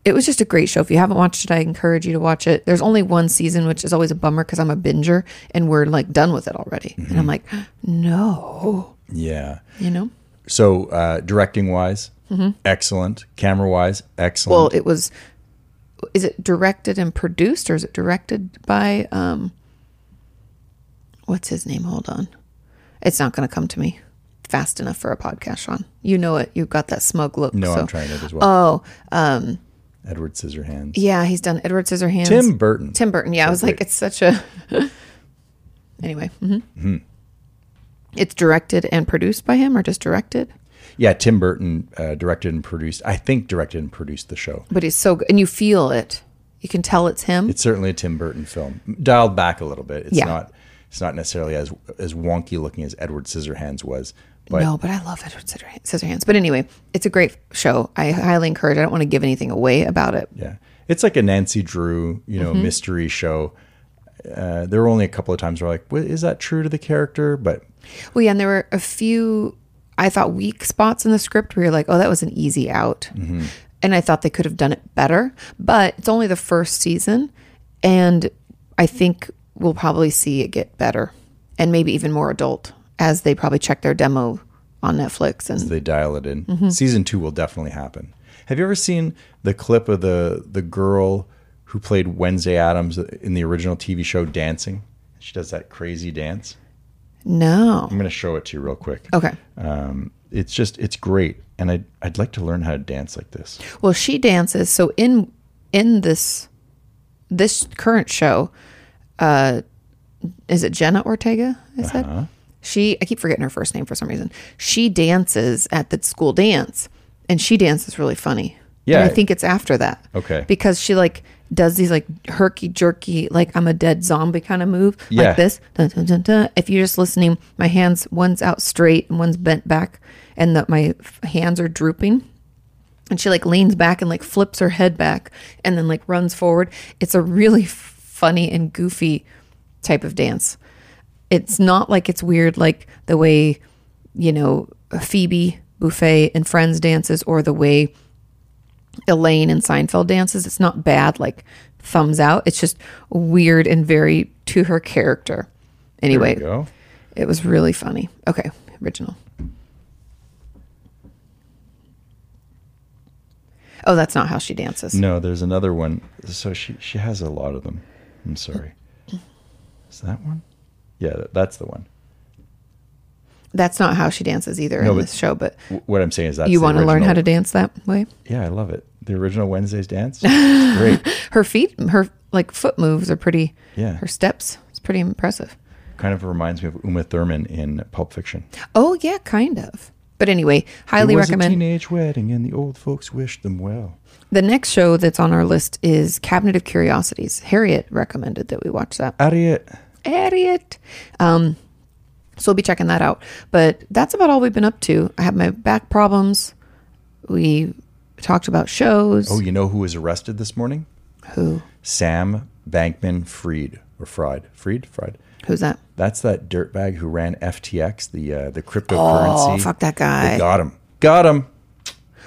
Speaker 1: it was just a great show. If you haven't watched it, I encourage you to watch it. There's only one season, which is always a bummer because I'm a binger and we're like done with it already.
Speaker 2: Mm-hmm.
Speaker 1: And I'm like, no,
Speaker 2: Yeah.
Speaker 1: you know?
Speaker 2: So uh, directing wise, excellent. Camera wise, excellent.
Speaker 1: Mm-hmm. Well, it was, is it directed and produced or is it directed by, um, what's his name? Hold on. It's not going to come to me fast enough for a podcast, Sean. You know it. You've got that smug look.
Speaker 2: no,
Speaker 1: so-
Speaker 2: I'm trying it as well.
Speaker 1: Oh,
Speaker 2: Edward Scissorhands.
Speaker 1: Yeah, he's done Edward Scissorhands.
Speaker 2: Tim Burton.
Speaker 1: Tim Burton. Yeah, I was like, it's such a. anyway, hmm
Speaker 2: Mm-hmm.
Speaker 1: it's directed and produced by him, or just directed.
Speaker 2: Yeah, Tim Burton uh, directed and produced. I think directed and produced the show.
Speaker 1: But he's so good, and you feel it. You can tell it's him.
Speaker 2: It's certainly a Tim Burton film, dialed back a little bit. It's
Speaker 1: Yeah.
Speaker 2: not. It's not necessarily as as wonky looking as Edward Scissorhands was, but
Speaker 1: no, but I love Edward Scissorha- Scissorhands. But anyway, it's a great show. I highly encourage. I don't want to give anything away about it.
Speaker 2: Yeah. It's like a Nancy Drew, you know, mystery show. Uh, there were only a couple of times where like, "Wait, is that true to the character? But
Speaker 1: Well, yeah, and there were a few I thought weak spots in the script where you're like, oh, that was an easy out.
Speaker 2: Mm-hmm.
Speaker 1: And I thought they could have done it better, but it's only the first season. And I think we'll probably see it get better and maybe even more adult as they probably check their demo on Netflix. And
Speaker 2: they dial it in. Season two will definitely happen. Have you ever seen the clip of the the girl who played Wednesday Adams in the original TV show dancing? She does that crazy dance.
Speaker 1: no.
Speaker 2: I'm going to show it to you real quick.
Speaker 1: Okay.
Speaker 2: It's just it's great, and I would I'd like to learn how to dance like this.
Speaker 1: Well, she dances. So in in this this current show, uh, is it Jenna Ortega? I said
Speaker 2: Uh-huh.
Speaker 1: she. I keep forgetting her first name for some reason. She dances at the school dance, and she dances really funny. and
Speaker 2: Yeah.
Speaker 1: I think it's after that.
Speaker 2: Okay.
Speaker 1: because she like does these like herky jerky, like I'm a dead zombie kind of move,
Speaker 2: Yeah.
Speaker 1: like this. Dun, dun, dun, dun. If you're just listening, my hands one's out straight and one's bent back, and that my f- hands are drooping and she like leans back and like flips her head back and then like runs forward it's a really f- funny and goofy type of dance it's not like it's weird like the way you know phoebe buffet and friends dances or the way elaine and seinfeld dances it's not bad like thumbs out it's just weird and very to her character
Speaker 2: There
Speaker 1: anyway
Speaker 2: you go.
Speaker 1: it was really funny okay original oh that's not how she dances
Speaker 2: No, there's another one. So she she has a lot of them. I'm sorry. Is that one? Yeah, that, that's the one.
Speaker 1: that's not how she dances either in
Speaker 2: but-
Speaker 1: this show but
Speaker 2: W- What I'm saying is that
Speaker 1: you want to learn how to dance that way
Speaker 2: Yeah, I love it. The original Wednesday's dance. It's great.
Speaker 1: her feet her like foot moves are pretty
Speaker 2: Yeah.
Speaker 1: her steps it's pretty impressive
Speaker 2: kind of reminds me of Uma Thurman in Pulp Fiction.
Speaker 1: oh yeah kind of but anyway
Speaker 2: It
Speaker 1: highly
Speaker 2: was a
Speaker 1: recommend
Speaker 2: teenage wedding, and the old folks wished them well.
Speaker 1: the next show that's on our list is cabinet of curiosities harriet recommended that we watch that
Speaker 2: Harriet.
Speaker 1: idiot. Um, so we'll be checking that out. But that's about all we've been up to. I have my back problems. We talked about shows.
Speaker 2: Oh, you know who was arrested this morning?
Speaker 1: Who?
Speaker 2: Sam Bankman Fried or Fried. Fried? Fried.
Speaker 1: Who's that?
Speaker 2: That's that dirtbag who ran FTX, the uh, the
Speaker 1: Oh,
Speaker 2: cryptocurrency.
Speaker 1: fuck that
Speaker 2: They
Speaker 1: guy.
Speaker 2: got him. Got him.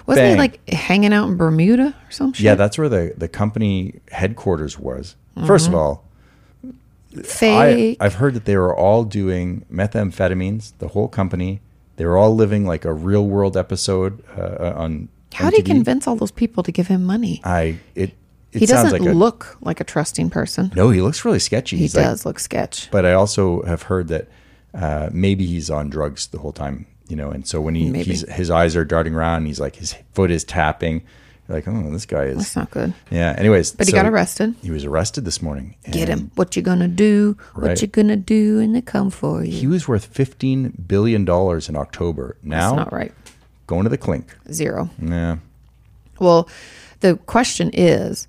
Speaker 1: Wasn't he
Speaker 2: bang.
Speaker 1: like hanging out in Bermuda or some shit?
Speaker 2: Yeah, that's where the, the company headquarters was. First of all, I,
Speaker 1: Mm-hmm. Fake.
Speaker 2: I've heard that they were all doing methamphetamines, the whole company. They were all living like a real world episode uh, on.
Speaker 1: How did he
Speaker 2: MTV.
Speaker 1: convince all those people to give him money?
Speaker 2: I it it
Speaker 1: He
Speaker 2: sounds
Speaker 1: doesn't
Speaker 2: like a,
Speaker 1: look like a trusting person.
Speaker 2: no. He looks really sketchy.
Speaker 1: he
Speaker 2: He's like-
Speaker 1: does look sketch.
Speaker 2: but I also have heard that uh, maybe he's on drugs the whole time, you know. And so when he
Speaker 1: Maybe.
Speaker 2: he's, his eyes are darting around, he's like his foot is tapping. You're like, oh, this guy
Speaker 1: That's
Speaker 2: is.
Speaker 1: not good.
Speaker 2: Yeah. Anyways,
Speaker 1: But he got arrested.
Speaker 2: He was arrested this morning.
Speaker 1: Get
Speaker 2: and
Speaker 1: him. What you gonna do?
Speaker 2: Right.
Speaker 1: What you gonna do? And they come for you.
Speaker 2: He was worth fifteen billion dollars in October.
Speaker 1: That's
Speaker 2: Now
Speaker 1: not right.
Speaker 2: going to the clink.
Speaker 1: Zero.
Speaker 2: Yeah.
Speaker 1: Well, the question is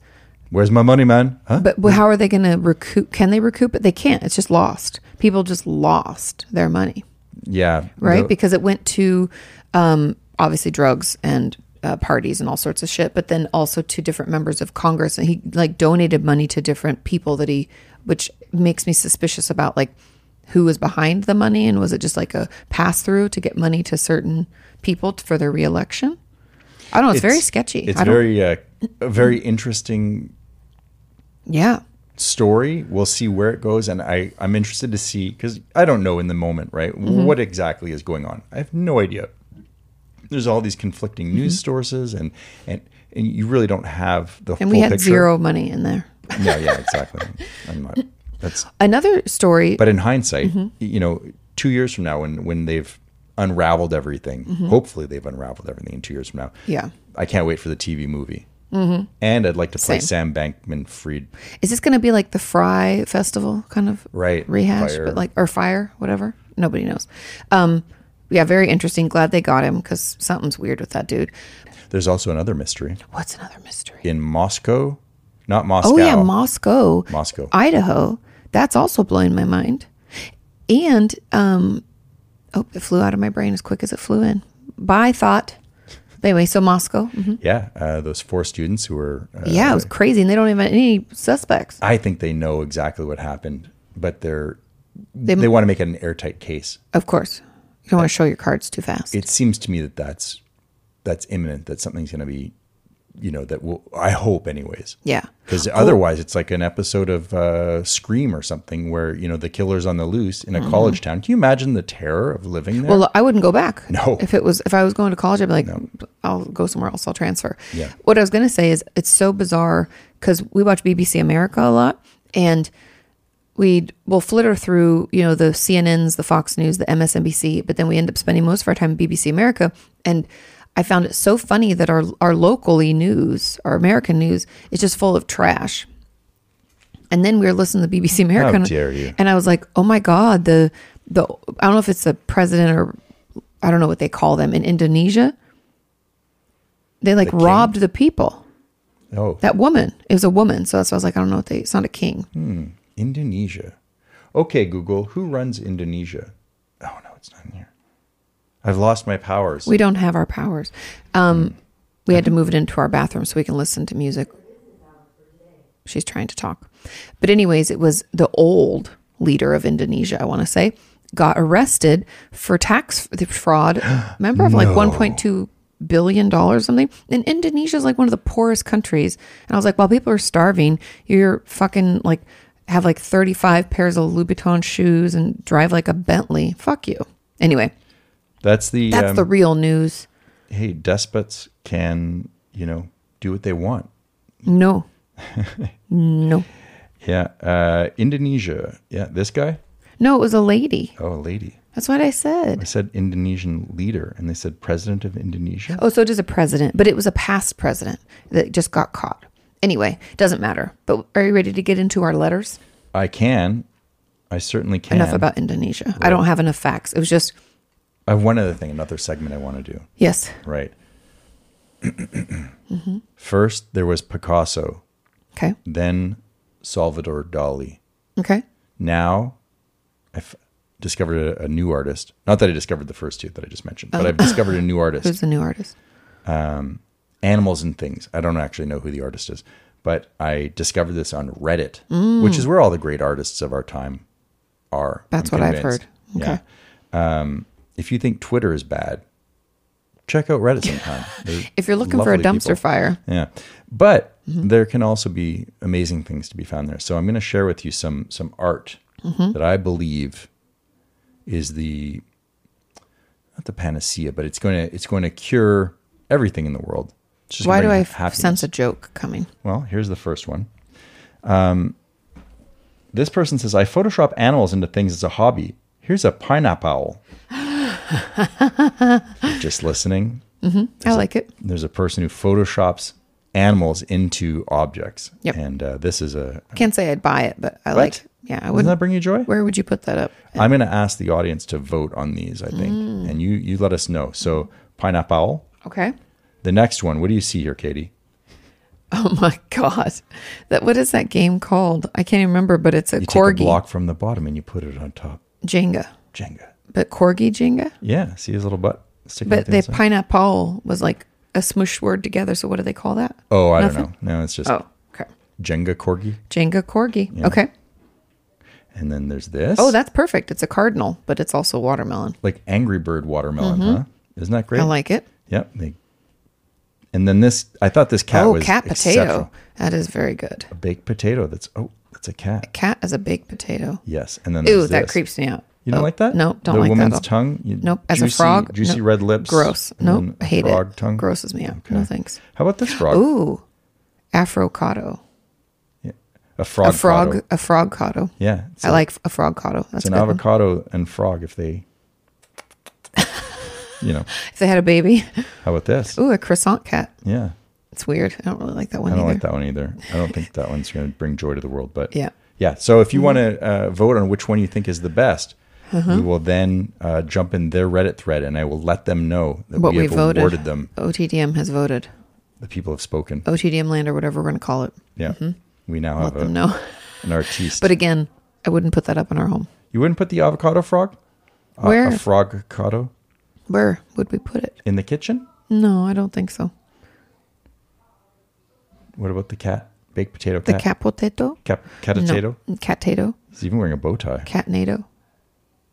Speaker 2: Where's my money, man? Huh?
Speaker 1: But, but how are they going to recoup? Can they recoup it? They can't. It's just lost. People just lost their money,
Speaker 2: yeah.
Speaker 1: right?
Speaker 2: The-
Speaker 1: because it went to um, obviously drugs and uh, parties and all sorts of shit, but then also to different members of Congress. And he like donated money to different people that he, which makes me suspicious about like who was behind the money and was it just like a pass through to get money to certain people t- for their reelection? I don't know. It's, very sketchy.
Speaker 2: It's
Speaker 1: I don't,
Speaker 2: very uh, a very interesting
Speaker 1: yeah.
Speaker 2: story. We'll see where it goes, and I I'm interested to see because I don't know in the moment, right?
Speaker 1: Mm-hmm.
Speaker 2: What exactly is going on? I have no idea. There's all these conflicting
Speaker 1: Mm-hmm.
Speaker 2: news sources, and and and you really don't have the
Speaker 1: And
Speaker 2: full
Speaker 1: we had
Speaker 2: picture.
Speaker 1: zero money in there.
Speaker 2: Yeah, yeah, exactly. I'm not. That's
Speaker 1: Another story.
Speaker 2: but in hindsight,
Speaker 1: Mm-hmm.
Speaker 2: you know, two years from now, when when they've unraveled everything, hopefully they've unraveled everything in two years from now.
Speaker 1: Mm-hmm. yeah. Mm-hmm.
Speaker 2: I can't wait for the TV movie. And I'd like to play Sam Bankman Fried.
Speaker 1: Is this going to be like the Fry Festival kind of
Speaker 2: Right,
Speaker 1: rehash,
Speaker 2: fire.
Speaker 1: but like or fire, whatever? Nobody knows. Um, yeah, very interesting. Glad they got him because something's weird with that dude.
Speaker 2: There's also another mystery
Speaker 1: What's another mystery?
Speaker 2: in Moscow, not Moscow.
Speaker 1: oh yeah, Moscow,
Speaker 2: Moscow.
Speaker 1: Idaho. That's also blowing my mind. And um, oh, it flew out of my brain as quick as it flew in. By thought. But anyway, so Moscow. mhm.
Speaker 2: yeah, uh, those four students who were. Uh,
Speaker 1: Yeah, it was crazy, and they don't even have any suspects.
Speaker 2: I think they know exactly what happened, but they're they, they want to make it an airtight case.
Speaker 1: Of course, you don't want to show your cards too fast.
Speaker 2: It seems to me that that's that's imminent. That something's going to be, you know, that will. I hope, anyways.
Speaker 1: yeah.
Speaker 2: Because otherwise, it's like an episode of uh, Scream or something where you know the killer's on the loose in a college town. Can you imagine the terror of living there?
Speaker 1: Mm-hmm. Well, I wouldn't go back.
Speaker 2: No.
Speaker 1: If it was, if I was going to college, I'd be like, I'll go somewhere else. I'll transfer.
Speaker 2: Yeah.
Speaker 1: What I was going to say is it's so bizarre because we watch BBC America a lot and we'd, we'll flitter through, you know, the CNNs, the Fox News, the MSNBC, but then we end up spending most of our time at BBC America. And I found it so funny that our, our locally news, our American news is just full of trash. And then we were listening to BBC America. and-
Speaker 2: dare you.
Speaker 1: And I was like, oh my God, the, the, I don't know if it's the president or I don't know what they call them in Indonesia. They like
Speaker 2: king?
Speaker 1: robbed the people.
Speaker 2: oh,
Speaker 1: That woman, it was a woman. So that's why I was like, I don't know what they, it's not a king.
Speaker 2: Indonesia. Okay, Google, who runs Indonesia? Oh no, it's not in here. I've lost my powers.
Speaker 1: We don't have our powers. Um, we had to move it into our bathroom so we can listen to music. She's trying to talk. But, anyways, it was the old leader of Indonesia, I want to say, got arrested for tax f- fraud. Remember, of like $1.2 billion or something? And Indonesia is like one of the poorest countries. And I was like, while people are starving, you're fucking like, have like 35 pairs of Louboutin shoes and drive like a Bentley. Fuck you. Anyway,
Speaker 2: that's the,
Speaker 1: that's
Speaker 2: um,
Speaker 1: the real news.
Speaker 2: hey despots can you know do what they want.
Speaker 1: No. no.
Speaker 2: Yeah, uh, Indonesia. Yeah, this guy.
Speaker 1: No, it was a lady.
Speaker 2: Oh, a lady.
Speaker 1: That's what I said.
Speaker 2: I said Indonesian leader, and they said president of Indonesia.
Speaker 1: Oh, so it is a president, but it was a past president that just got caught. Anyway, doesn't matter. But are you ready to get into our letters?
Speaker 2: I can. I certainly can.
Speaker 1: Enough about Indonesia. I don't have enough facts. It was just,
Speaker 2: I have one other thing, another segment I want to do.
Speaker 1: yes.
Speaker 2: Right.
Speaker 1: Mm-hmm.
Speaker 2: First, there was Picasso,
Speaker 1: Okay.
Speaker 2: then Salvador Dali.
Speaker 1: Okay.
Speaker 2: Now, I've discovered a, a new artist. Not that I discovered the first two that I just mentioned, but I've discovered a new artist.
Speaker 1: Oh. Who's the new artist?
Speaker 2: Animals and Things. I don't actually know who the artist is, but I discovered this on Reddit,
Speaker 1: Mm.
Speaker 2: which is where all the great artists of our time are.
Speaker 1: That's
Speaker 2: I'm
Speaker 1: what I've
Speaker 2: convinced.
Speaker 1: heard. Okay.
Speaker 2: Yeah. Um, if you think Twitter is bad, check out Reddit sometime. They're
Speaker 1: If you're looking for a
Speaker 2: lovely
Speaker 1: dumpster
Speaker 2: people.
Speaker 1: fire,
Speaker 2: Yeah. But
Speaker 1: Mm-hmm.
Speaker 2: there can also be amazing things to be found there. So I'm going to share with you some some art
Speaker 1: Mm-hmm.
Speaker 2: that I believe is the not the panacea, but it's going to it's going to cure everything in the world. It's just
Speaker 1: why do
Speaker 2: gonna
Speaker 1: I
Speaker 2: bring
Speaker 1: f-
Speaker 2: happiness.
Speaker 1: sense a joke coming?
Speaker 2: Well, here's the first one. Um, this person says, "I Photoshop animals into things as a hobby." Here's a pineapple. You're Just listening,
Speaker 1: I like it.
Speaker 2: there's a person who photoshops animals into objects.
Speaker 1: Yep.
Speaker 2: And uh, this is a.
Speaker 1: Can't say I'd buy it, but I like Yeah, I
Speaker 2: Doesn't
Speaker 1: wouldn't.
Speaker 2: that bring you joy?
Speaker 1: Where would you put that up?
Speaker 2: I'm going to ask the audience to vote on these, I think.
Speaker 1: Mm.
Speaker 2: And you, you let us know. So, pineapple.
Speaker 1: Okay.
Speaker 2: The next one, what do you see here, Katie?
Speaker 1: Oh my god, that what is that game called? I can't even remember, but it's a
Speaker 2: You
Speaker 1: corgi
Speaker 2: take a block from the bottom and you put it on top.
Speaker 1: Jenga,
Speaker 2: Jenga.
Speaker 1: but corgi Jenga.
Speaker 2: Yeah. See his little butt sticking out
Speaker 1: But
Speaker 2: the
Speaker 1: the
Speaker 2: inside?
Speaker 1: pineapple was like a smush word together. So what do they call that?
Speaker 2: Oh, I don't
Speaker 1: Nothing?
Speaker 2: know. No, it's just
Speaker 1: Oh, okay.
Speaker 2: Jenga corgi.
Speaker 1: Jenga corgi. Okay.
Speaker 2: And then there's this.
Speaker 1: Oh, that's perfect. It's a cardinal, but it's also watermelon.
Speaker 2: like Angry Bird watermelon, huh? Isn't that great?
Speaker 1: Mm-hmm. I like it.
Speaker 2: Yep. They, and then this, I thought this cat
Speaker 1: oh,
Speaker 2: was
Speaker 1: cat
Speaker 2: exceptional.
Speaker 1: potato. That is very good.
Speaker 2: A baked potato. That's oh, that's a cat.
Speaker 1: Cat is a baked potato.
Speaker 2: Yes. And then
Speaker 1: Ooh,
Speaker 2: there's
Speaker 1: that
Speaker 2: this.
Speaker 1: creeps me out.
Speaker 2: You don't
Speaker 1: Oh,
Speaker 2: like that?
Speaker 1: No, don't
Speaker 2: the
Speaker 1: like
Speaker 2: woman's
Speaker 1: that. at all.
Speaker 2: tongue. You-
Speaker 1: Nope. As
Speaker 2: juicy,
Speaker 1: a frog,
Speaker 2: juicy
Speaker 1: no.
Speaker 2: red lips.
Speaker 1: Gross.
Speaker 2: and
Speaker 1: Nope.
Speaker 2: then a
Speaker 1: Hate
Speaker 2: frog
Speaker 1: it.
Speaker 2: Tongue.
Speaker 1: Grosses me out. No thanks.
Speaker 2: How about this frog?
Speaker 1: Ooh, afrocado.
Speaker 2: a frog.
Speaker 1: a frog.
Speaker 2: cotto.
Speaker 1: A frog cotto.
Speaker 2: Yeah. It's
Speaker 1: I
Speaker 2: a-
Speaker 1: like a frog cotto. That's
Speaker 2: It's an
Speaker 1: a good one.
Speaker 2: avocado and frog. If they, you know,
Speaker 1: If they had a baby.
Speaker 2: how about this?
Speaker 1: Ooh, a croissant cat.
Speaker 2: Yeah.
Speaker 1: It's weird. I don't really like that one
Speaker 2: I don't
Speaker 1: either.
Speaker 2: like that one either. I don't think that one's going to bring joy to the world. But
Speaker 1: Yeah.
Speaker 2: yeah. So
Speaker 1: Mm-hmm.
Speaker 2: if you want to uh, vote on which one you think is the best,
Speaker 1: Uh-huh.
Speaker 2: we will then uh, jump in their Reddit thread, and I will let them know that
Speaker 1: What
Speaker 2: we
Speaker 1: we
Speaker 2: have
Speaker 1: voted.
Speaker 2: awarded them.
Speaker 1: OTDM has voted.
Speaker 2: The people have spoken.
Speaker 1: OTDM land or whatever we're going to call it.
Speaker 2: Yeah. We now
Speaker 1: Oh, mm-hmm. Let
Speaker 2: have
Speaker 1: them
Speaker 2: a,
Speaker 1: know.
Speaker 2: an artiste.
Speaker 1: But again, I wouldn't put that up in our home.
Speaker 2: you wouldn't put the avocado frog? A-
Speaker 1: Where?
Speaker 2: A frogcado
Speaker 1: Where would we put it?
Speaker 2: in the kitchen?
Speaker 1: No, I don't think so.
Speaker 2: What about the cat? Baked potato
Speaker 1: The
Speaker 2: cat?
Speaker 1: cat potato?
Speaker 2: Cap, Eh. cat potato?
Speaker 1: No. Cat-tato?
Speaker 2: He's even wearing a bow tie.
Speaker 1: Cat-nato?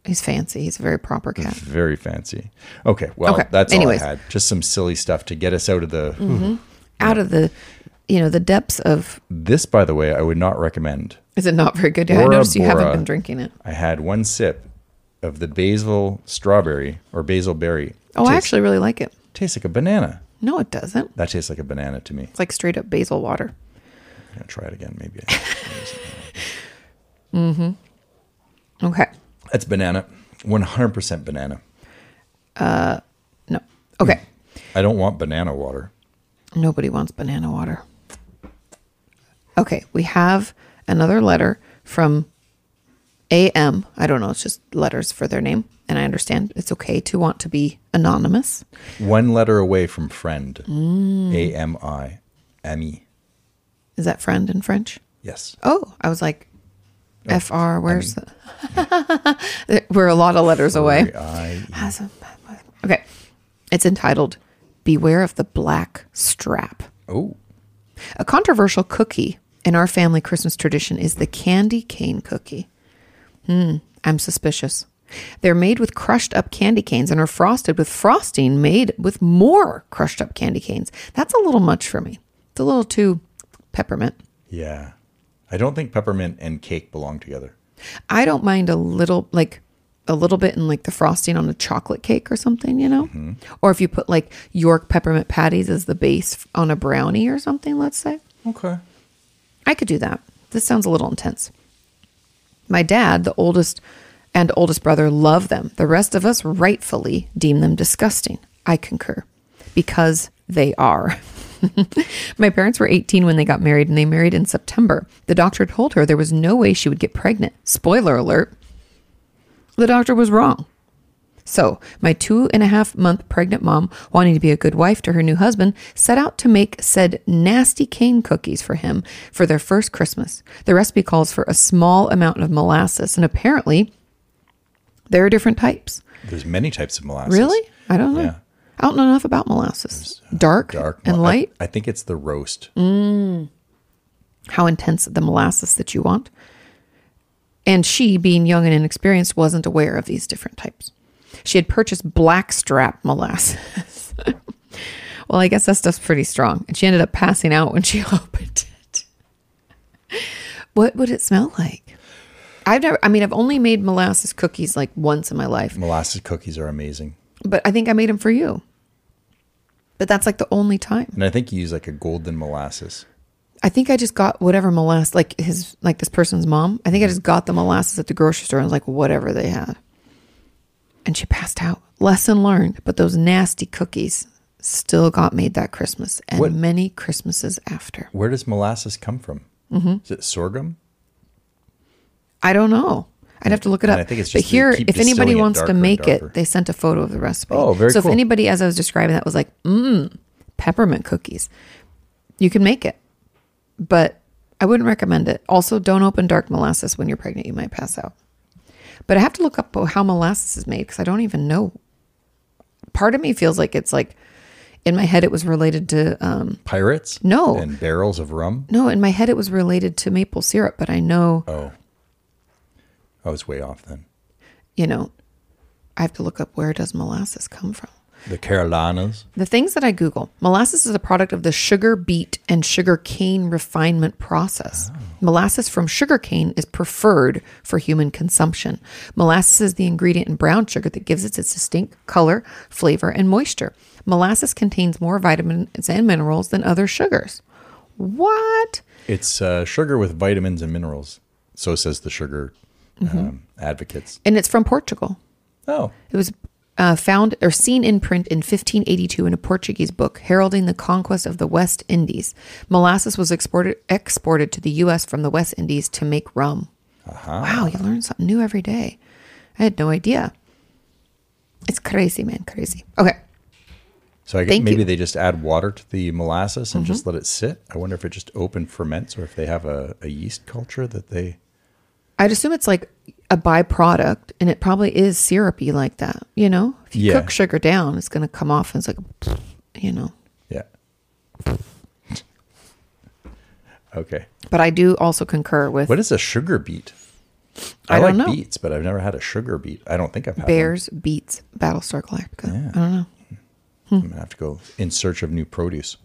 Speaker 1: He's fancy. He's a very proper cat.
Speaker 2: Very fancy. Okay. Well,
Speaker 1: Okay,
Speaker 2: that's
Speaker 1: anyways. Mm-hmm.
Speaker 2: all I had. Just some silly stuff to get us out of the.
Speaker 1: Out of the, you know, the depths of,
Speaker 2: This, by the way, I would not recommend.
Speaker 1: is it not very good? Yeah, I
Speaker 2: Bora
Speaker 1: noticed you haven't
Speaker 2: Bora.
Speaker 1: been drinking it.
Speaker 2: I had one sip of the basil strawberry or basil berry.
Speaker 1: Oh, I
Speaker 2: Tastes-
Speaker 1: actually really like it.
Speaker 2: tastes like a banana.
Speaker 1: No, it doesn't.
Speaker 2: That tastes like a banana to me.
Speaker 1: It's like straight up basil water.
Speaker 2: I'm gonna try it again, maybe.
Speaker 1: Okay.
Speaker 2: That's banana, 100% banana.
Speaker 1: No. Okay.
Speaker 2: I don't want banana water.
Speaker 1: Nobody wants banana water. Okay, we have another letter from AM. I don't know, it's just letters for their name. And I understand it's okay to want to be anonymous.
Speaker 2: One letter away from friend.
Speaker 1: Mm.
Speaker 2: A M I M E.
Speaker 1: Is that friend in French?
Speaker 2: Yes.
Speaker 1: Oh, I was like,
Speaker 2: Oh,
Speaker 1: FR, where's the. We're a lot of letters away.
Speaker 2: I E.
Speaker 1: Awesome. Okay, it's entitled Beware of the Black Strap.
Speaker 2: oh
Speaker 1: A controversial cookie in our family Christmas tradition is the candy cane cookie. Hmm, I'm suspicious. They're made with crushed up candy canes and are frosted with frosting made with more crushed up candy canes. That's a little much for me. It's a little too peppermint.
Speaker 2: yeah. I don't think peppermint and cake belong together.
Speaker 1: I don't mind a little, like a little bit in like the frosting on a chocolate cake or something, you know? Or if you put like York peppermint patties as the base on a brownie or something, let's say.
Speaker 2: Okay.
Speaker 1: I could do that. This sounds a little intense. My dad, the oldest and oldest brother, love them. The rest of us rightfully deem them disgusting. I concur because they are. My parents were 18 when they got married, and they married in September. The doctor told her there was no way she would get pregnant. Spoiler alert the doctor was wrong. So, my two and a half month pregnant mom, wanting to be a good wife to her new husband, set out to make said nasty cane cookies for him for their first Christmas. The recipe calls for a small amount of molasses, and apparently, there are different types.
Speaker 2: There's many types of molasses.
Speaker 1: Really? I don't know.
Speaker 2: Yeah. uh,
Speaker 1: I don't know enough about molasses. Dark,
Speaker 2: Dark
Speaker 1: and
Speaker 2: mol- I-
Speaker 1: light. Mm.
Speaker 2: I, think it's the roast.
Speaker 1: how intense the molasses that you want. And she, being young and inexperienced, wasn't aware of these different types. She had purchased blackstrap molasses. well, I guess that stuff's pretty strong. And she ended up passing out when she opened it. what would it smell like? I've never, I mean, I've only made molasses cookies like once in my life,
Speaker 2: Molasses cookies are amazing.
Speaker 1: but I think I made them for you. But that's like the only time.
Speaker 2: And I think you use like a golden molasses.
Speaker 1: I think I just got whatever molasses, like his, like this person's mom. I think I just got the molasses at the grocery store and was like, whatever they had. And she passed out. Lesson learned. But those nasty cookies still got made that Christmas and
Speaker 2: What-
Speaker 1: many Christmases after.
Speaker 2: Where does molasses come from?
Speaker 1: Mm-hmm.
Speaker 2: Is it sorghum?
Speaker 1: I don't know. I'd have to look it
Speaker 2: And
Speaker 1: up.
Speaker 2: I think it's
Speaker 1: but
Speaker 2: just they
Speaker 1: here,
Speaker 2: keep
Speaker 1: if anybody
Speaker 2: distilling it
Speaker 1: wants to
Speaker 2: darker and
Speaker 1: make
Speaker 2: darker.
Speaker 1: it, they sent a photo of the recipe.
Speaker 2: Oh, very
Speaker 1: So if
Speaker 2: cool.
Speaker 1: anybody, as I was describing that, was like, mmm, peppermint cookies, "Mm, you can make it. but I wouldn't recommend it. Also, don't open dark molasses when you're pregnant. You might pass out. But I have to look up how molasses is made because I don't even know. Part of me feels like it's like, in my head, it was related to, um,
Speaker 2: Pirates?
Speaker 1: No.
Speaker 2: And barrels of rum?
Speaker 1: no, in my head, it was related to maple syrup, but I know,
Speaker 2: Oh. I was way off then.
Speaker 1: you know, I have to look up where does molasses come from.
Speaker 2: The Carolinas.
Speaker 1: The things that I Google molasses is a product of the sugar beet and sugar cane refinement process. Molasses from sugar cane is preferred for human consumption. Molasses is the ingredient in brown sugar that gives it its distinct color, flavor, and moisture. Molasses contains more vitamins and minerals than other sugars. What?
Speaker 2: It's uh, sugar with vitamins and minerals. So says the sugar
Speaker 1: Mm-hmm.
Speaker 2: um, advocates.
Speaker 1: And it's from Portugal.
Speaker 2: Oh,
Speaker 1: It was uh, found or seen in print in 1582 in a Portuguese book heralding the conquest of the West Indies. Molasses was exported exported to the U.S. from the West Indies to make rum.
Speaker 2: Uh-huh.
Speaker 1: Wow, you learn something new every day. I had no idea. It's crazy, man, crazy. Okay,
Speaker 2: so I guess
Speaker 1: Thank
Speaker 2: maybe
Speaker 1: you. Mm-hmm.
Speaker 2: they just add water to the molasses and just let it sit. I wonder if it just open ferments or if they have a, a yeast culture that they.
Speaker 1: I'd assume it's like a byproduct, and it probably is syrupy like that. You know, if you
Speaker 2: Yeah.
Speaker 1: cook sugar down, it's gonna come off, and it's like, you know.
Speaker 2: Yeah. okay.
Speaker 1: But I do also concur with
Speaker 2: What is a sugar beet?
Speaker 1: I
Speaker 2: I, like
Speaker 1: don't know.
Speaker 2: beets, but I've never had a sugar beet. I don't think I've had one.
Speaker 1: Bears beats Battlestar Galactica. I don't know.
Speaker 2: I'm gonna have to go in search of new produce.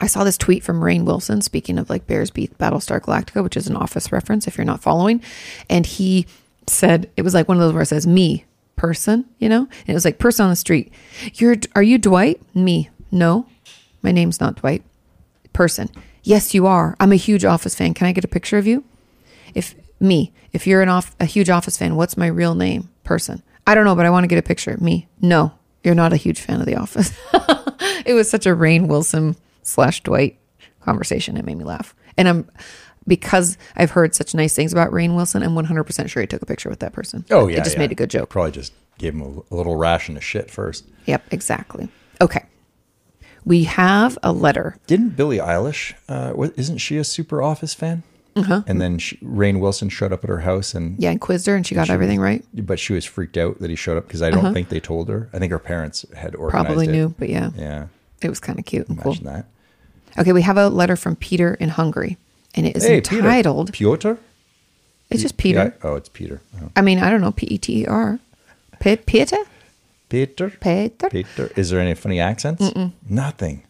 Speaker 1: I saw this tweet from Rain Wilson, speaking of like Bears Beat Battlestar Galactica, which is an office reference if you're not following. And he said, it was like one of those where it says me, person, you know? And it was like person on the street. You're are you Dwight? Me. No. My name's not Dwight. Person. Yes, you are. I'm a huge office fan. Can I get a picture of you? If me, if you're an off a huge office fan, what's my real name? Person. I don't know, but I want to get a picture. Me. No. You're not a huge fan of the office. it was such a Rain Wilson slash Dwight conversation. It made me laugh. And I'm because I've heard such nice things about Rain Wilson, I'm 100% sure he took a picture with that person.
Speaker 2: Oh yeah,
Speaker 1: It just
Speaker 2: yeah.
Speaker 1: made a good joke.
Speaker 2: Probably just gave him a, a little ration of shit first.
Speaker 1: Yep, exactly. Okay. We have a letter.
Speaker 2: Didn't Billie Eilish? Uh, wa- isn't she a super Office fan?
Speaker 1: Uh-huh.
Speaker 2: And then she, Rain Wilson showed up at her house, and
Speaker 1: Yeah, and quizzed her and she got everything right.
Speaker 2: but she was freaked out that he showed up because I don't think they told her. I think her parents had organized
Speaker 1: Uh-huh. Probably
Speaker 2: it.
Speaker 1: knew, but yeah,
Speaker 2: Yeah,
Speaker 1: it was kind of cute and cool.
Speaker 2: imagine that.
Speaker 1: Okay, we have a letter from Peter in Hungary, and it is
Speaker 2: Peter.
Speaker 1: entitled.
Speaker 2: Piotr.
Speaker 1: It's just Peter.
Speaker 2: P- I- oh, it's Peter. Oh.
Speaker 1: I mean, I don't know. P E T E R. E Pe- Peter?
Speaker 2: Peter.
Speaker 1: Peter?
Speaker 2: Peter. Is there any funny accents? Nothing.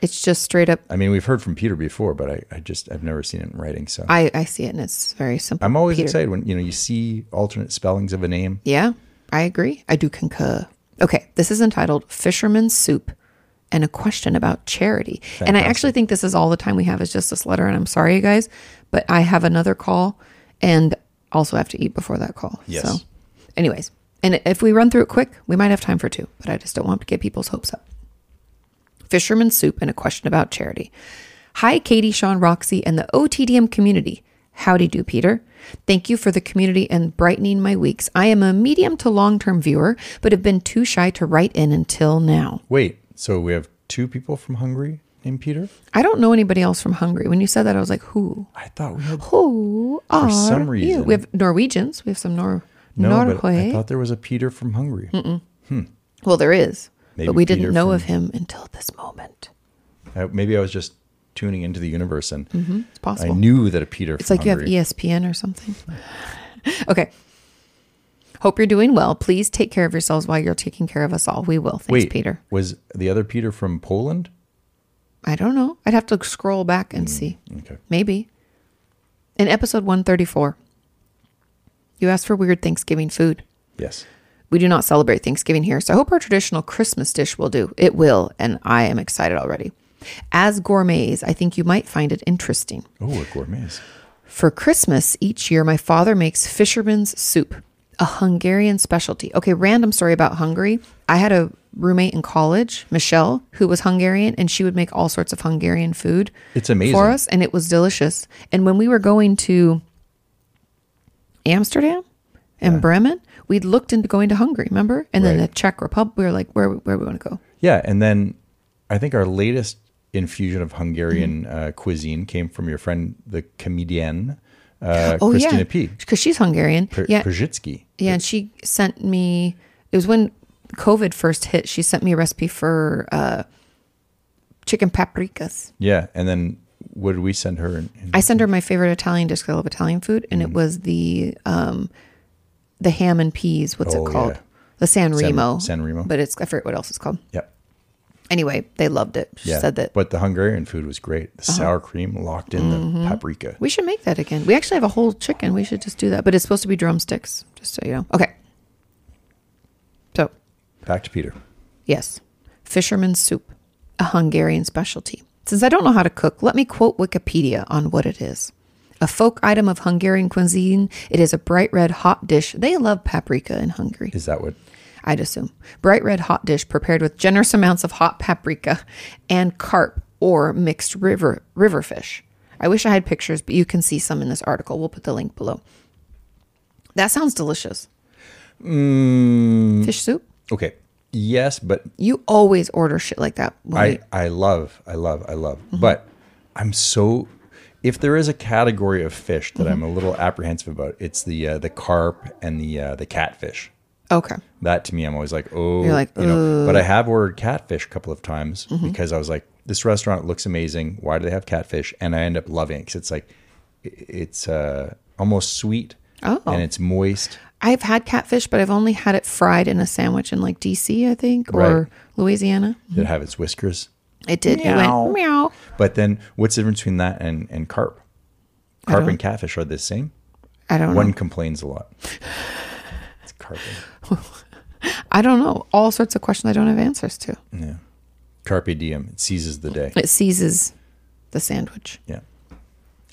Speaker 1: It's just straight up.
Speaker 2: I mean, we've heard from Peter before, but I, I just I've never seen it in writing. So
Speaker 1: I, I see it, and it's very simple.
Speaker 2: I'm always
Speaker 1: Peter.
Speaker 2: excited when you know you see alternate spellings of a name.
Speaker 1: Yeah, I agree. I do concur. Okay, this is entitled Fisherman's Soup and a question about charity. And I actually think this is all the time we have is just this letter. And I'm sorry, you guys, but I have another call and also have to eat before that call.
Speaker 2: Yes.
Speaker 1: So, anyways, and if we run through it quick, we might have time for two, but I just don't want to get people's hopes up. Fisherman's Soup and a question about charity. Hi, Katie, Sean, Roxy, and the OTDM community. Howdy do, Peter. Thank you for the community and brightening my weeks. I am a medium to long term viewer, but have been too shy to write in until now.
Speaker 2: Wait, so we have two people from Hungary named Peter?
Speaker 1: I don't know anybody else from Hungary. When you said that, I was like, who?
Speaker 2: I thought we had
Speaker 1: Who are
Speaker 2: some
Speaker 1: you?
Speaker 2: reason-
Speaker 1: We have Norwegians. We have some Nor-
Speaker 2: no, but
Speaker 1: Norway.
Speaker 2: I thought there was a Peter from Hungary.
Speaker 1: well, there is,
Speaker 2: Maybe
Speaker 1: but we
Speaker 2: Peter
Speaker 1: didn't know
Speaker 2: from-
Speaker 1: of him until this moment.
Speaker 2: Uh, maybe I was just tuning into the universe and
Speaker 1: It's
Speaker 2: I
Speaker 1: possible.
Speaker 2: knew that a Peter.
Speaker 1: Mm-hmm. It's like you have E ESPN or something. okay. Hope you're doing well. Please take care of yourselves while you're taking care of us all. We will. Thanks,
Speaker 2: Wait,
Speaker 1: Peter.
Speaker 2: was the other Peter from Poland?
Speaker 1: I don't know. I'd have to scroll back and see.
Speaker 2: Okay.
Speaker 1: Maybe. In episode 134, you asked for weird Thanksgiving food.
Speaker 2: Yes.
Speaker 1: We do not celebrate Thanksgiving here, so I hope our traditional Christmas dish will do. It will, and I am excited already. As gourmets, I think you might find it interesting.
Speaker 2: Oh, we're gourmets.
Speaker 1: For Christmas each year, my father makes fisherman's soup, a Hungarian specialty. Okay, random story about Hungary. I had a roommate in college, Michelle, who was Hungarian, and she would make all sorts of Hungarian food
Speaker 2: It's amazing.
Speaker 1: for us, and it was delicious. And when we were going to Amsterdam and Bremen, we'd looked into going to Hungary, remember? And then
Speaker 2: Right.
Speaker 1: the Czech Republic, we were like, where, where we want to go?
Speaker 2: Yeah, and then I think our latest infusion of Hungarian
Speaker 1: Mm-hmm.
Speaker 2: uh, cuisine came from your friend, the comedienne, uh,
Speaker 1: Oh
Speaker 2: Christina
Speaker 1: yeah,
Speaker 2: P.
Speaker 1: because she's Hungarian.
Speaker 2: Per-
Speaker 1: yeah,
Speaker 2: Perzhitsky.
Speaker 1: yeah, and she sent me. It was when COVID first hit. She sent me a recipe for uh, chicken paprikas.
Speaker 2: Yeah. And then what did we send her? In, in-
Speaker 1: I sent her my favorite Italian dish 'cause I love Italian food, and
Speaker 2: Mm-hmm.
Speaker 1: it was the um, the ham and peas. What's
Speaker 2: Oh,
Speaker 1: it called?
Speaker 2: yeah.
Speaker 1: The San Remo.
Speaker 2: San Remo.
Speaker 1: But it's I forget what else it's called.
Speaker 2: yeah.
Speaker 1: Anyway, they loved it. She
Speaker 2: Yeah.
Speaker 1: said that Uh-huh.
Speaker 2: But the Hungarian food was great. The sour cream locked in
Speaker 1: Mm-hmm.
Speaker 2: the paprika.
Speaker 1: we should make that again. We actually have a whole chicken. We should just do that. But it's supposed to be drumsticks, just so you know. Okay. So
Speaker 2: Back to Peter.
Speaker 1: yes, fisherman's soup, a Hungarian specialty. Since I don't know how to cook, let me quote Wikipedia on what it is. A folk item of Hungarian cuisine, it is a bright red hot dish. They love paprika in Hungary.
Speaker 2: Is that what?
Speaker 1: I'd assume. Bright red hot dish prepared with generous amounts of hot paprika and carp or mixed river river fish. I wish I had pictures, but you can see some in this article. We'll put the link below. That sounds delicious. Fish soup?
Speaker 2: Okay. Yes, but
Speaker 1: You always order shit like that. when
Speaker 2: I,
Speaker 1: we-
Speaker 2: I love, I love, I love.
Speaker 1: Mm-hmm.
Speaker 2: But I'm so. If there is a category of fish that
Speaker 1: Mm-hmm.
Speaker 2: I'm a little apprehensive about, it's the uh, the carp and the uh, the catfish.
Speaker 1: okay.
Speaker 2: That to me, I'm always like, oh,
Speaker 1: You're like, Mm-hmm.
Speaker 2: you know. But I have ordered catfish a couple of times because I was like, this restaurant looks amazing. Why do they have catfish? And I end up loving it because it's like, i- it's uh, almost sweet
Speaker 1: Oh.
Speaker 2: and it's moist.
Speaker 1: I've had catfish, but I've only had it fried in a sandwich in like DC, I think, or
Speaker 2: Right.
Speaker 1: Louisiana.
Speaker 2: It have its whiskers.
Speaker 1: It did. It
Speaker 2: Meow.
Speaker 1: went meow.
Speaker 2: But then, what's the difference between that and and carp? Carp
Speaker 1: don't-
Speaker 2: and catfish are the same.
Speaker 1: I don't know.
Speaker 2: One complains a lot. It's carping.
Speaker 1: I don't know. All sorts of questions I don't have answers to.
Speaker 2: Carpe diem. It seizes the day.
Speaker 1: It seizes the sandwich.
Speaker 2: Yeah.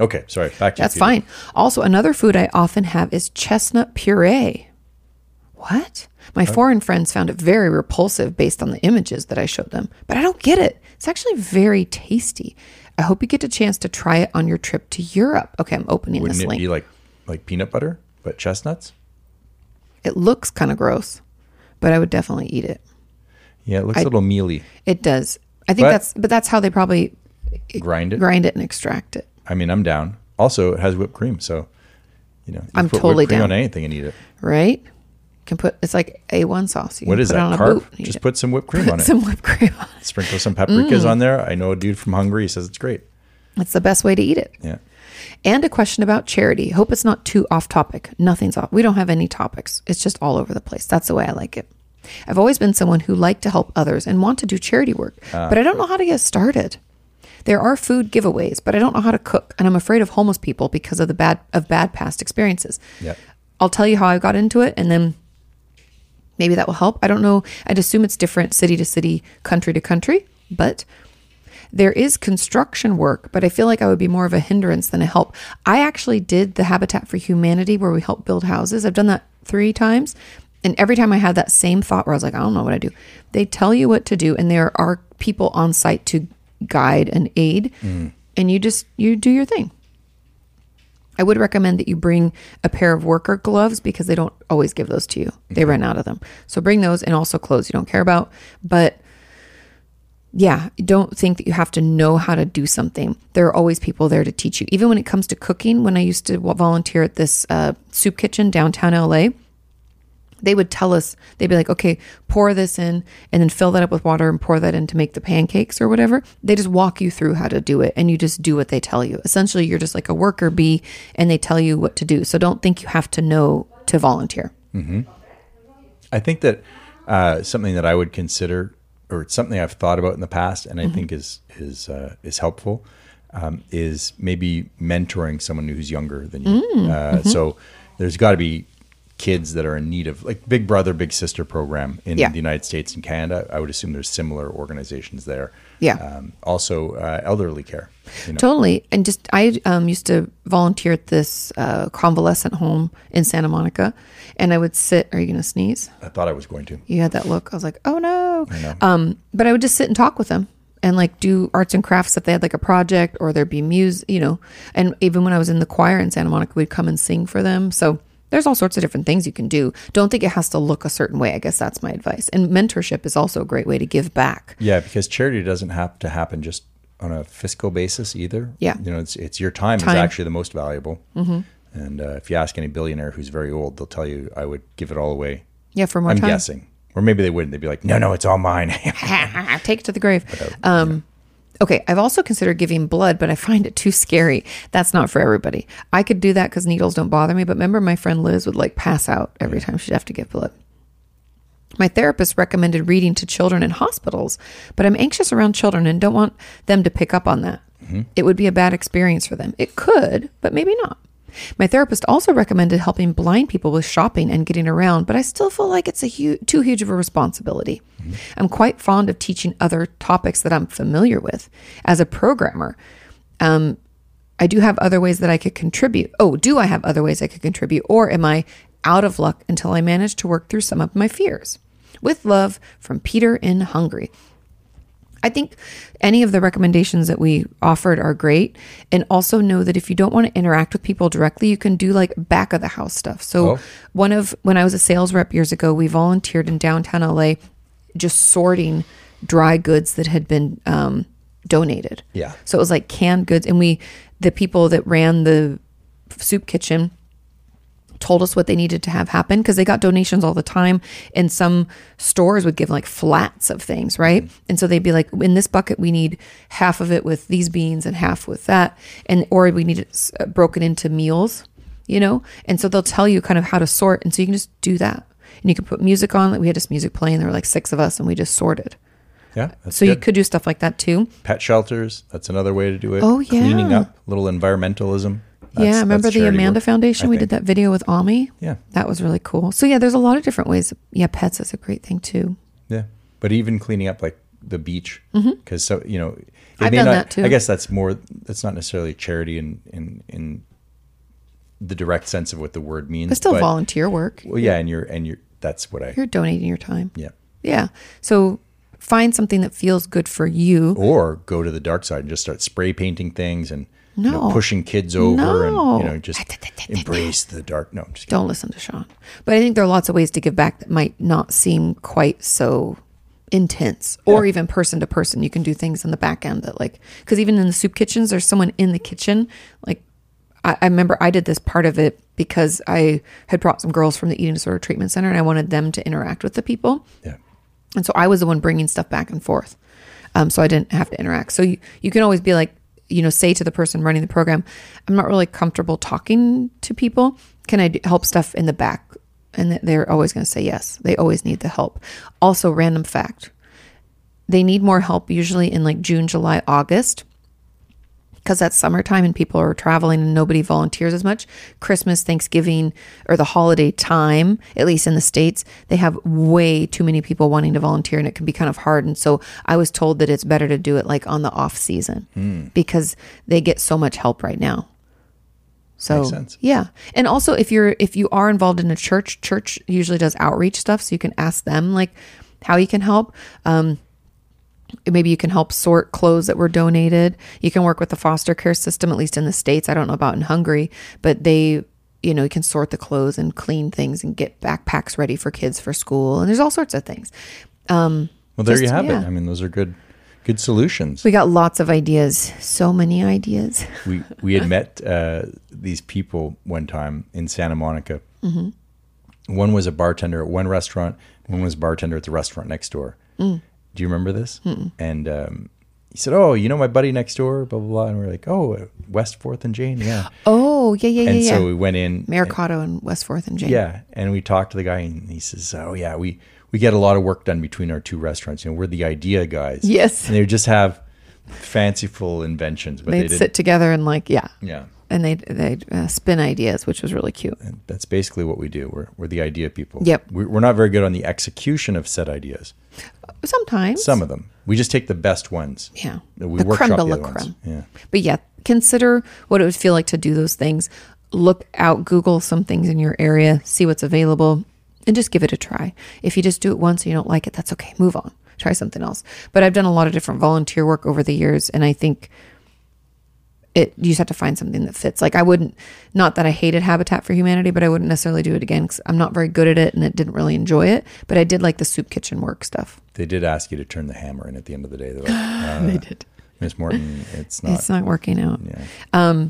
Speaker 2: Okay. Sorry. Back to you,
Speaker 1: That's
Speaker 2: Peter.
Speaker 1: fine. Also, another food I often have is chestnut puree. What? My foreign friends found it very repulsive based on the images that I showed them, but I don't get it. It's actually very tasty. I hope you get a chance to try it on your trip to Europe. Okay, I'm opening
Speaker 2: Wouldn't
Speaker 1: this
Speaker 2: it
Speaker 1: link.
Speaker 2: be like like peanut butter but chestnuts?
Speaker 1: it looks kind of gross, but I would definitely eat it.
Speaker 2: Yeah. It looks a little mealy.
Speaker 1: It does. I think
Speaker 2: But-
Speaker 1: that's, but that's how they probably
Speaker 2: Grind it.
Speaker 1: grind it and extract it.
Speaker 2: I mean, I'm down. Also, it has whipped cream, so you know. you
Speaker 1: I'm
Speaker 2: put whipped
Speaker 1: totally
Speaker 2: cream
Speaker 1: down.
Speaker 2: on anything and eat it.
Speaker 1: right? Can put it's like a one sauce. You
Speaker 2: What
Speaker 1: can
Speaker 2: is
Speaker 1: put it on
Speaker 2: that?
Speaker 1: a
Speaker 2: Carp.
Speaker 1: boot and eat
Speaker 2: Just
Speaker 1: it.
Speaker 2: put some whipped cream on it.
Speaker 1: some Mm. whipped cream. on it.
Speaker 2: Sprinkle some paprikas on there. I know a dude from Hungary says it's great.
Speaker 1: That's the best way to eat it.
Speaker 2: Yeah.
Speaker 1: And a question about charity. Hope it's not too off topic. Nothing's off. We don't have any topics. It's just all over the place. That's the way I like it. I've always been someone who liked to help others and want to do charity work, but I don't know how to get started. There are food giveaways, but I don't know how to cook, and I'm afraid of homeless people because of the bad of bad past experiences.
Speaker 2: Yeah.
Speaker 1: I'll tell you how I got into it and then maybe that will help. I don't know. I'd assume it's different city to city, country to country, but there is construction work, but I feel like I would be more of a hindrance than a help. I actually did the Habitat for Humanity where we help build houses. I've done that three times. And every time I had that same thought where I was like, I don't know what I do, they tell you what to do, and there are people on site to guide and aid. And you just, you do your thing. I would recommend that you bring a pair of worker gloves because they don't always give those to you. They run out of them. So bring those and also clothes you don't care about. But yeah, don't think that you have to know how to do something. There are always people there to teach you. Even when it comes to cooking, when I used to wa- volunteer at this uh, soup kitchen downtown LA, they would tell us, they'd be like, okay, pour this in and then fill that up with water and pour that in to make the pancakes or whatever. They just walk you through how to do it and you just do what they tell you. Essentially, you're just like a worker bee and they tell you what to do. So don't think you have to know to volunteer.
Speaker 2: I think that uh, something that I would consider, or it's something I've thought about in the past, and I
Speaker 1: Mm-hmm.
Speaker 2: think is is uh, is helpful, um, is maybe mentoring someone who's younger than you.
Speaker 1: Mm,
Speaker 2: Uh,
Speaker 1: mm-hmm.
Speaker 2: So there's got to be kids that are in need of like Big Brother Big Sister program in
Speaker 1: Yeah.
Speaker 2: the United States and Canada. I would assume there's similar organizations there.
Speaker 1: Yeah.
Speaker 2: Um, also, uh, elderly care. You know,
Speaker 1: Totally. And just, I um, used to volunteer at this uh, convalescent home in Santa Monica and I would sit, are you going to sneeze?
Speaker 2: I thought I was going to.
Speaker 1: you had that look. I was like, oh no. Um, but I would just sit and talk with them and like do arts and crafts if they had like a project or there'd be music, you know. And even when I was in the choir in Santa Monica, we'd come and sing for them. So there's all sorts of different things you can do. Don't think it has to look a certain way. I guess that's my advice. And mentorship is also a great way to give back.
Speaker 2: Yeah, because charity doesn't have to happen just on a fiscal basis either.
Speaker 1: Yeah.
Speaker 2: you know, it's it's your time,
Speaker 1: Time.
Speaker 2: is actually the most valuable. Mm-hmm. And uh, if you ask any billionaire who's very old, they'll tell you, "I would give it all away."
Speaker 1: Yeah, for more
Speaker 2: I'm
Speaker 1: time.
Speaker 2: guessing, or maybe they wouldn't. They'd be like, "No, no, it's all mine."
Speaker 1: Take it to the grave. Um, okay, I've also considered giving blood, but I find it too scary. That's not for everybody. I could do that because needles don't bother me, but remember my friend Liz would like pass out every time she'd have to give blood. My therapist recommended reading to children in hospitals, but I'm anxious around children and don't want them to pick up on that. It would be a bad experience for them. It could, but maybe not. My therapist also recommended helping blind people with shopping and getting around, but I still feel like it's a hu- too huge of a responsibility. I'm quite fond of teaching other topics that I'm familiar with. As a programmer, I do have other ways that I could contribute. Oh, do I have other ways I could contribute? Or am I out of luck until I manage to work through some of my fears? With love from Peter in Hungary. I think any of the recommendations that we offered are great. And also know that if you don't want to interact with people directly, you can do like back of the house stuff. So,
Speaker 2: Oh.
Speaker 1: one of when I was a sales rep years ago, we volunteered in downtown LA just sorting dry goods that had been um, donated.
Speaker 2: Yeah.
Speaker 1: So it was like canned goods. And we, the people that ran the soup kitchen, told us what they needed to have happen because they got donations all the time and some stores would give like flats of things right and so they'd be like in this bucket we need half of it with these beans and half with that and or we need it s- uh, broken into meals you know and so they'll tell you kind of how to sort and so you can just do that and you can put music on like we had this music playing there were like six of us and we just sorted
Speaker 2: yeah, that's
Speaker 1: so you
Speaker 2: good.
Speaker 1: could do stuff like that too
Speaker 2: pet shelters. That's another way to do it.
Speaker 1: Oh,
Speaker 2: cleaning
Speaker 1: yeah.
Speaker 2: up, little environmentalism. That's-
Speaker 1: yeah remember
Speaker 2: that's
Speaker 1: the
Speaker 2: charity
Speaker 1: amanda
Speaker 2: work,
Speaker 1: foundation
Speaker 2: I
Speaker 1: we did
Speaker 2: think.
Speaker 1: that video with ami
Speaker 2: Yeah,
Speaker 1: that was really cool so yeah there's a lot of different ways yeah pets is a great thing too
Speaker 2: yeah. But even cleaning up like the beach, because so you know, it
Speaker 1: Mm-hmm. I've
Speaker 2: may
Speaker 1: done
Speaker 2: not.
Speaker 1: that, too.
Speaker 2: I guess that's more. That's not necessarily charity in in in the direct sense of what the word means.
Speaker 1: But still volunteer work.
Speaker 2: Well, yeah, and you're and you're. That's what I.
Speaker 1: You're donating your time.
Speaker 2: Yeah.
Speaker 1: Yeah. So find something that feels good for you.
Speaker 2: Or go to the dark side and just start spray painting things and you know,
Speaker 1: No.
Speaker 2: pushing kids over and you
Speaker 1: No.
Speaker 2: know just embrace the dark. No, I'm just kidding.
Speaker 1: Don't listen to Sean. But I think there are lots of ways to give back that might not seem quite so intense or even person to person. You can do things on the back end that, like, because even in the soup kitchens, there's someone in the kitchen. Like, I, I remember I did this part of it because I had brought some girls from the eating disorder treatment center and I wanted them to interact with the people.
Speaker 2: Yeah.
Speaker 1: And so I was the one bringing stuff back and forth. Um, so I didn't have to interact. So you, you can always be like, you know, say to the person running the program, I'm not really comfortable talking to people. Can I d- help stuff in the back? And th- they're always going to say yes. They always need the help. Also, random fact they need more help usually in like June, July, August because that's summertime and people are traveling and nobody volunteers as much. Christmas, Thanksgiving, or the holiday time, at least in the States, they have way too many people wanting to volunteer and it can be kind of hard. And so I was told that it's better to do it like on the off season
Speaker 2: Hmm.
Speaker 1: because they get so much help right now. So
Speaker 2: Makes sense.
Speaker 1: yeah. And also if you're if you are involved in a church, church usually does outreach stuff. So you can ask them like how you can help. Um maybe you can help sort clothes that were donated. You can work with the foster care system, at least in the States. I don't know about in Hungary, but they, you know, you can sort the clothes and clean things and get backpacks ready for kids for school. And there's all sorts of things.
Speaker 2: Well, there
Speaker 1: Just-
Speaker 2: you have
Speaker 1: yeah.
Speaker 2: it. I mean, those are good, good solutions.
Speaker 1: We got lots of ideas, so many ideas.
Speaker 2: we we had met uh, these people one time in Santa Monica.
Speaker 1: Mm-hmm.
Speaker 2: One was a bartender at one restaurant. One was a bartender at the restaurant next door.
Speaker 1: Mm.
Speaker 2: Do you remember this? And um, he said, "Oh, you know my buddy next door, blah blah blah." And we are like, "Oh, uh, West Fourth and Jane, yeah."
Speaker 1: Oh, yeah, yeah, yeah,
Speaker 2: And
Speaker 1: yeah.
Speaker 2: so we went in.
Speaker 1: Maricato and Westforth and Jane.
Speaker 2: Yeah, and we talked to the guy, and he says, "Oh yeah, we we get a lot of work done between our two restaurants. You know, we're the idea guys.
Speaker 1: Yes.
Speaker 2: and they would just have fanciful inventions, but
Speaker 1: They'd
Speaker 2: they did
Speaker 1: sit together and like, yeah.
Speaker 2: Yeah,
Speaker 1: And they'd, they'd uh, spin ideas, which was really cute.
Speaker 2: and that's basically what we do. We're we're the idea people.
Speaker 1: Yep.
Speaker 2: we, we're not very good on the execution of said ideas.
Speaker 1: Sometimes.
Speaker 2: Some of them, we just take the best ones.
Speaker 1: Yeah.
Speaker 2: we
Speaker 1: The creme
Speaker 2: workshop
Speaker 1: de
Speaker 2: the
Speaker 1: la
Speaker 2: other ones.
Speaker 1: creme.
Speaker 2: Yeah,
Speaker 1: But yeah, consider what it would feel like to do those things. Look out, Google some things in your area, see what's available, and just give it a try. If you just do it once and you don't like it, that's okay. Move on. Try something else. But I've done a lot of different volunteer work over the years, and I think it you just have to find something that fits. Like I wouldn't not that I hated Habitat for Humanity, but I wouldn't necessarily do it again because I'm not very good at it and it didn't really enjoy it. But I did like the soup kitchen work stuff.
Speaker 2: they did ask you to turn the hammer in at the end of the day. They're like, uh,
Speaker 1: They did.
Speaker 2: Miss Morton, it's not.
Speaker 1: it's not working out. Um,
Speaker 2: yeah.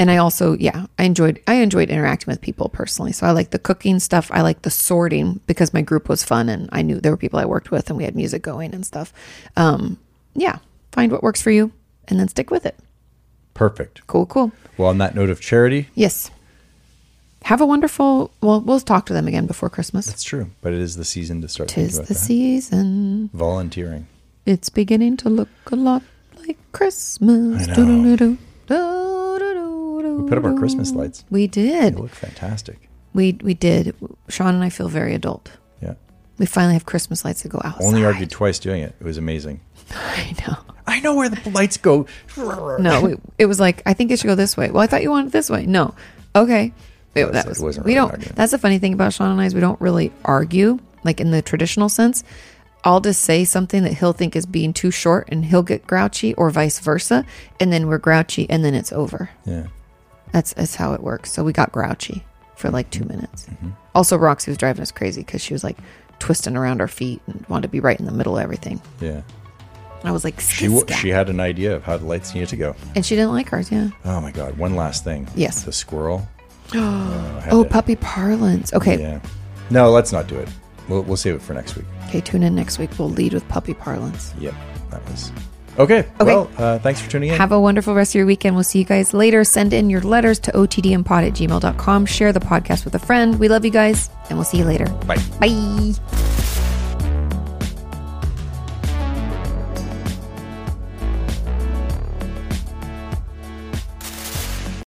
Speaker 1: and I also yeah I enjoyed I enjoyed interacting with people personally. So I like the cooking stuff. I like the sorting because my group was fun and I knew there were people I worked with and we had music going and stuff. Um, yeah, find what works for you and then stick with it.
Speaker 2: Perfect.
Speaker 1: Cool, cool.
Speaker 2: Well, on that note of charity,
Speaker 1: Yes. Have a wonderful. Well, we'll talk to them again before Christmas.
Speaker 2: it's true, but it is the season to start
Speaker 1: Tis
Speaker 2: thinking about
Speaker 1: the
Speaker 2: that.
Speaker 1: season.
Speaker 2: Volunteering.
Speaker 1: It's beginning to look a lot like Christmas.
Speaker 2: I know.
Speaker 1: Doo-doo-doo-doo. Doo-doo-doo-doo.
Speaker 2: We put up our Christmas lights.
Speaker 1: We
Speaker 2: They
Speaker 1: did.
Speaker 2: look fantastic.
Speaker 1: We we did. Sean and I feel very adult.
Speaker 2: Yeah.
Speaker 1: We finally have Christmas lights that go outside.
Speaker 2: Only argued twice doing it. It was amazing.
Speaker 1: I know.
Speaker 2: I know where the lights go.
Speaker 1: No, we, it was like I think it should go this way. Well, I thought you wanted it this way. No. Okay. It,
Speaker 2: That's-
Speaker 1: that
Speaker 2: it
Speaker 1: was,
Speaker 2: wasn't
Speaker 1: we
Speaker 2: really
Speaker 1: don't.
Speaker 2: arguing.
Speaker 1: That's the funny thing about Sean and I is we don't really argue like in the traditional sense. I'll just say something that he'll think is being too short, and he'll get grouchy, or vice versa, and then we're grouchy, and then it's over.
Speaker 2: Yeah.
Speaker 1: That's that's how it works. So we got grouchy for like two minutes.
Speaker 2: Mm-hmm.
Speaker 1: Also, Roxy was driving us crazy because she was like twisting around her feet and wanted to be right in the middle of everything.
Speaker 2: Yeah.
Speaker 1: I was like,
Speaker 2: She, w- she had an idea of how the lights needed to go.
Speaker 1: and she didn't like ours. Yeah.
Speaker 2: Oh my God. One last thing.
Speaker 1: Yes.
Speaker 2: The squirrel. Uh, I had
Speaker 1: Oh,
Speaker 2: to-
Speaker 1: puppy parlance. Okay.
Speaker 2: Yeah. No, let's not do it. We'll, we'll save it for next week.
Speaker 1: Okay. Tune in next week. We'll lead with puppy parlance.
Speaker 2: Yep. That was. Okay. Well, uh, thanks for tuning in.
Speaker 1: Have a wonderful rest of your weekend. We'll see you guys later. Send in your letters to otdmpod at gmail.com. Share the podcast with a friend. We love you guys, and we'll see you later.
Speaker 2: Bye.
Speaker 1: Bye.